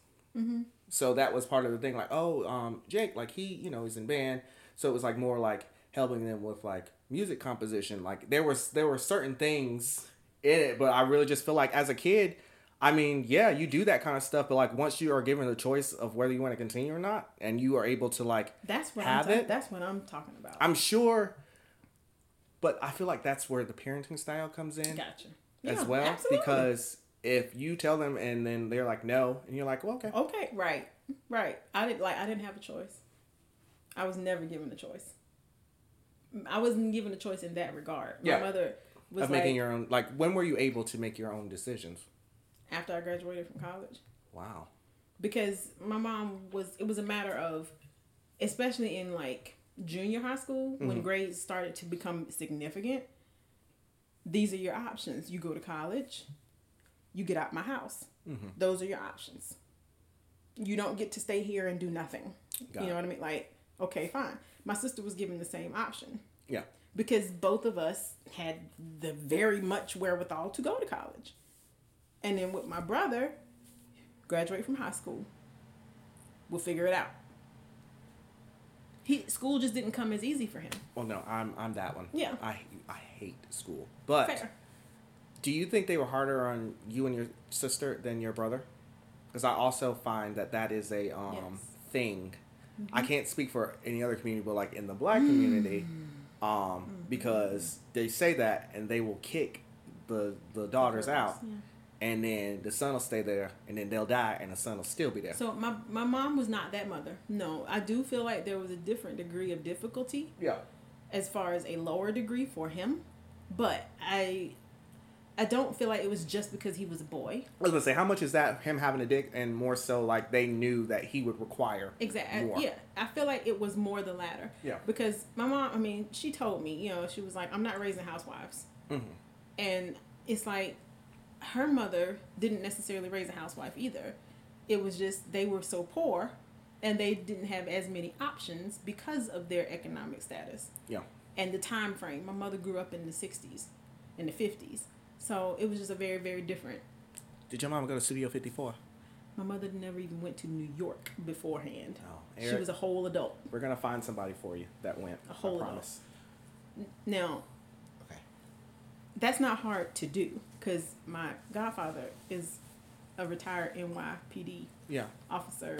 S1: so that was part of the thing. Like, oh, um, Jake, like he, you know, is in band, so it was like more like helping them with like music composition. Like there was there were certain things in it, but I really just feel like as a kid, I mean, yeah, you do that kind of stuff, but like once you are given the choice of whether you want to continue or not, and you are able to like
S2: That's what
S1: Have
S2: I'm ta-
S1: it?
S2: that's what I'm talking about.
S1: I'm sure, but I feel like that's where the parenting style comes in
S2: gotcha.
S1: as
S2: Yeah,
S1: well
S2: absolutely.
S1: because if you tell them and then they're like no, and you're like, well, okay,
S2: Okay, right. Right. I didn't like I didn't have a choice. I was never given a choice. I wasn't given a choice in that regard. My
S1: Yeah.
S2: mother was
S1: of
S2: like
S1: making your own. Like, when were you able to make your own decisions?
S2: after I graduated from college.
S1: Wow.
S2: because my mom was it was a matter of especially in like junior high school
S1: Mm-hmm.
S2: when grades started to become significant these are your options you go to college you get out my house
S1: Mm-hmm.
S2: those are your options you don't get to stay here and do nothing
S1: Got
S2: you know
S1: it.
S2: what i mean like okay fine my sister was given the same option
S1: Yeah.
S2: because both of us had the very much wherewithal to go to college. And then with my brother, graduate from high school. We'll figure it out. He school just didn't come as easy for him.
S1: Well, no, I'm I'm that one.
S2: Yeah.
S1: I I hate school. But
S2: Fair.
S1: do you think they were harder on you and your sister than your brother? Because I also find that that is a um
S2: Yes. Mm-hmm.
S1: thing. I can't speak for any other community, but like in the black community,
S2: Mm.
S1: um,
S2: Mm-hmm.
S1: because they say that and they will kick the the daughters out,
S2: Yeah.
S1: and then the son will stay there, and then they'll die, and the son will still be there.
S2: So my my mom was not that mother. No, I do feel like there was a different degree of difficulty
S1: yeah.
S2: as far as a lower degree for him, but I I don't feel like it was just because he was a boy.
S1: I was gonna say, how much is that him having a dick, and more so like they knew that he would require more.
S2: Exactly. Yeah, I feel like it was more the latter.
S1: Yeah.
S2: Because my mom, I mean, she told me, you know, she was like, "I'm not raising housewives,"
S1: Mm-hmm.
S2: and it's like her mother didn't necessarily raise a housewife either. It was just they were so poor, and they didn't have as many options because of their economic status
S1: Yeah.
S2: and the time frame. My mother grew up in the '60s, in the '50s, so it was just a very, very different.
S1: Did your mom go to Studio Fifty Four?
S2: My mother never even went to New York beforehand.
S1: Oh,
S2: she
S1: Eric.
S2: was a whole adult.
S1: We're gonna find somebody for you that went.
S2: A whole
S1: I
S2: lot.
S1: promise.
S2: Now,
S3: Okay.
S2: that's not hard to do because my godfather is a retired NYPD
S1: Yeah.
S2: officer.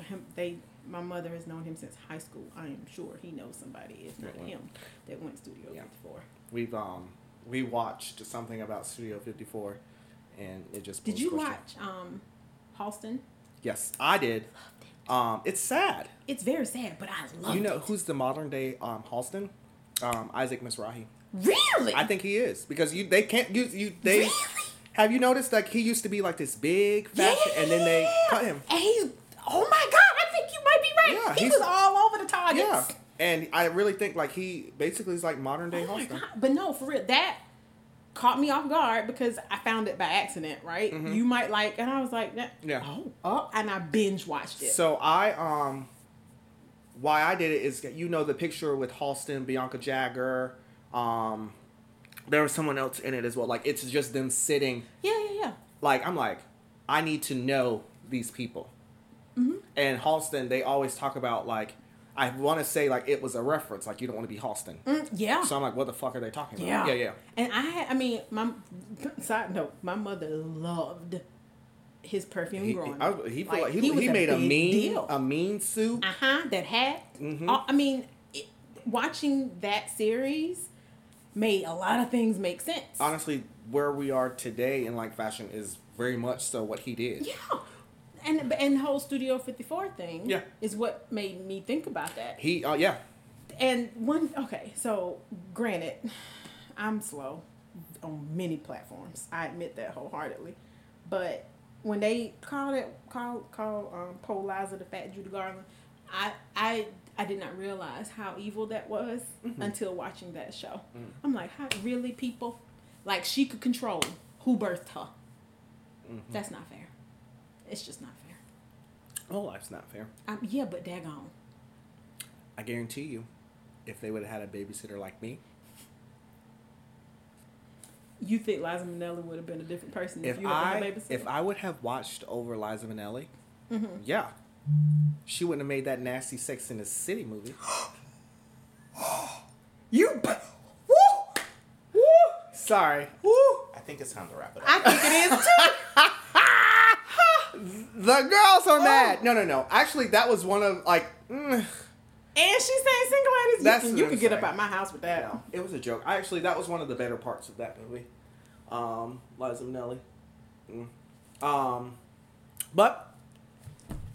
S2: Him, they, my mother has known him since high school. I am sure he knows somebody, if not
S1: went.
S2: him, that went Studio
S1: Yeah.
S2: 54.
S1: We've um we watched something about Studio Fifty Four, and it just.
S2: Did
S1: posed
S2: you
S1: question.
S2: watch um, Halston?
S1: Yes, I did. Um, it's sad.
S2: It's very sad, but I love
S1: you know
S2: it.
S1: who's the modern day um Halston? Um, Isaac Mizrahi.
S2: Really?
S1: I think he is because you they can't you you they.
S2: Really?
S1: Have you noticed like he used to be like this big fat and then they
S2: Yeah.
S1: cut him.
S2: And he's, oh my God, I think you might be right.
S1: Yeah,
S2: he
S1: he's-
S2: was all over the targets.
S1: Yeah, and I really think like he basically is like modern day
S2: Oh my
S1: Halston.
S2: God. But no, for real, that caught me off guard because I found it by accident, right? You might like, and I was like, that,
S1: Mm-hmm. Yeah.
S2: oh, oh, and I binge watched it.
S1: So I um, why I did it is that you know the picture with Halston, Bianca Jagger, um, there was someone else in it as well. Like it's just them sitting.
S2: yeah, yeah, yeah.
S1: Like I'm like, I need to know these people.
S2: Mm-hmm.
S1: And Halston, they always talk about like, I want to say like it was a reference. Like you don't want to be Halston.
S2: Mm, yeah.
S1: So I'm like, what the fuck are they talking
S2: yeah.
S1: about? yeah, yeah.
S2: And I had, I mean, my [laughs] side note, my mother loved his perfume
S1: He, he,
S2: growing
S1: I,
S2: up.
S1: he, feel
S2: Like,
S1: like, he,
S2: was
S1: he made a
S2: big
S1: mean
S2: deal.
S1: a Mm-hmm. mean suit.
S2: uh, uh-huh that hat all, i mean it, watching that series made a lot of things make sense.
S1: honestly, where we are today in like fashion is very much so what he did.
S2: yeah. And and the whole Studio 54 thing
S1: Yeah.
S2: is what made me think about that.
S1: He, uh, yeah,
S2: And one okay, so granted, I'm slow on many platforms. I admit that wholeheartedly. But when they call it call call um Polizer the Fat Judy Garland, I I I did not realize how evil that was
S1: Mm-hmm.
S2: until watching that show. I'm like, how really people? Like she could control who birthed her.
S1: Mm-hmm.
S2: That's not fair. It's just not fair.
S1: whole Oh, life's not fair.
S2: Um, yeah, but daggone.
S1: I guarantee you, if they would have had a babysitter like me,
S2: You think Liza Minnelli would have been a different person if,
S1: if
S2: you had
S1: I
S2: been a babysitter?
S1: if I would have watched over Liza Minnelli, yeah, she wouldn't have made that nasty Sex in the City movie.
S5: You. Woo! Woo!
S1: Sorry,
S5: Woo!
S3: I think it's time to wrap it up.
S2: I think it is too.
S1: the girls are mad. No, no, no. Actually, that was one of like. mm,
S2: [laughs] and she's saying single ladies. You
S1: That's
S2: can,
S1: what
S2: you
S1: I'm
S2: can get up
S1: saying.
S2: out my house with that.
S1: Yeah, it was a joke. I actually that was one of the better parts of that movie. Um, Liza Minnelli. Mm. Um, but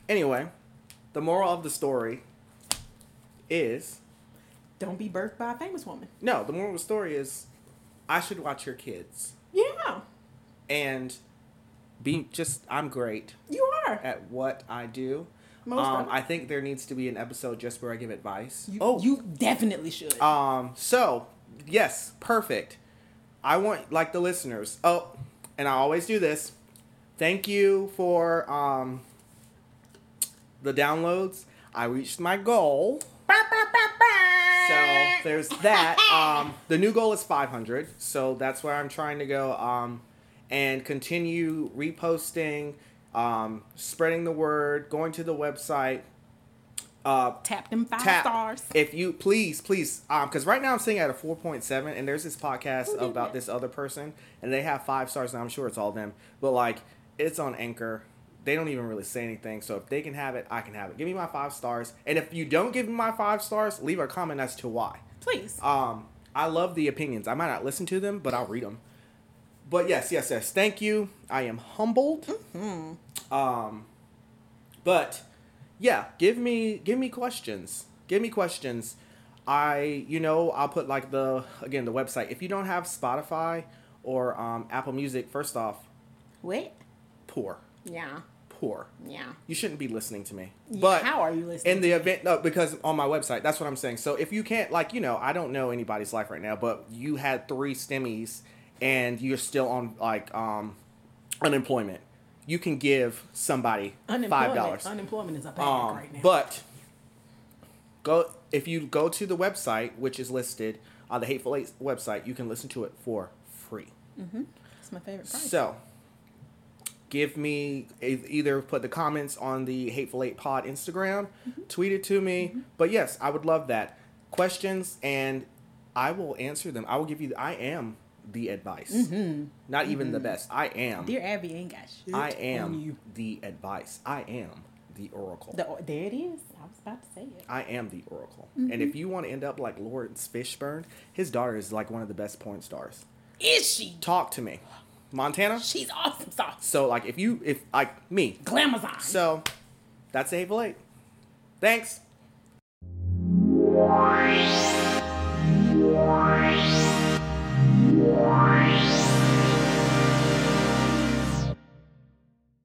S1: anyway, the moral of the story is
S2: Don't be birthed by a famous woman.
S1: no. The moral of the story is I should watch your kids
S2: Yeah,
S1: and be just I'm great
S2: you are.
S1: at what I do.
S2: Most
S1: um,
S2: of it.
S1: I think there needs to be an episode just where I give advice. Oh,
S2: You, you definitely should.
S1: Um, so yes, perfect. I want like the listeners. Oh, and I always do this. Thank you for um the downloads. I reached my goal. So there's that. Um, the new goal is 500. So that's where I'm trying to go. Um, and continue reposting, um, spreading the word, going to the website, uh,
S2: Tap them five
S1: tap.
S2: stars.
S1: If you please, please, um, because right now I'm sitting at a four point seven, and there's this podcast
S2: Who did
S1: about
S2: that?
S1: this other person, and they have five stars, and I'm sure it's all them. But like, it's on Anchor. They don't even really say anything. So if they can have it, I can have it. Give me my five stars, and if you don't give me my five stars, leave a comment as to why.
S2: Please.
S1: Um, I love the opinions. I might not listen to them, but I'll read them. But yes, yes, yes. Thank you. I am humbled.
S2: Mm-hmm.
S1: Um, but yeah, give me give me questions. Give me questions. I you know I'll put like the again the website. If you don't have Spotify or um, Apple Music, first off,
S2: What?
S1: poor,
S2: Yeah,
S1: poor.
S2: yeah.
S1: You shouldn't be listening to me.
S2: Yeah,
S1: But
S2: how are you listening
S1: In the event, no, because on my website, that's what I'm saying. So if you can't, like, you know, I don't know anybody's life right now, but you had three STEMIs and you're still on like um unemployment, you can give somebody five
S2: Unemployment.
S1: dollars.
S2: Unemployment is a bad
S1: Um,
S2: right now.
S1: but go if you go to the website which is listed on the Hateful Eight website, you can listen to it for free.
S2: it's my favorite part.
S1: So, give me e- either put the comments on the Hateful Eight Pod Instagram,
S2: Mm-hmm.
S1: tweet it to me. But yes, I would love that. Questions and I will answer them. I will give you. I am the advice.
S2: Mm-hmm.
S1: Not even the best. I am.
S2: Dear Abby ain't got shit
S1: I
S2: on
S1: am
S2: you.
S1: the advice. I am the oracle.
S2: The, there it is. I was about to say it.
S1: I am the oracle.
S2: Mm-hmm.
S1: And if you want to end up like Lawrence Fishburne, his daughter is like one of the best porn stars.
S2: Is she?
S1: Talk to me, Montana.
S2: She's awesome sauce.
S1: So like if you if like me,
S2: Glamazon.
S1: So that's the Hateful Eight. Thanks.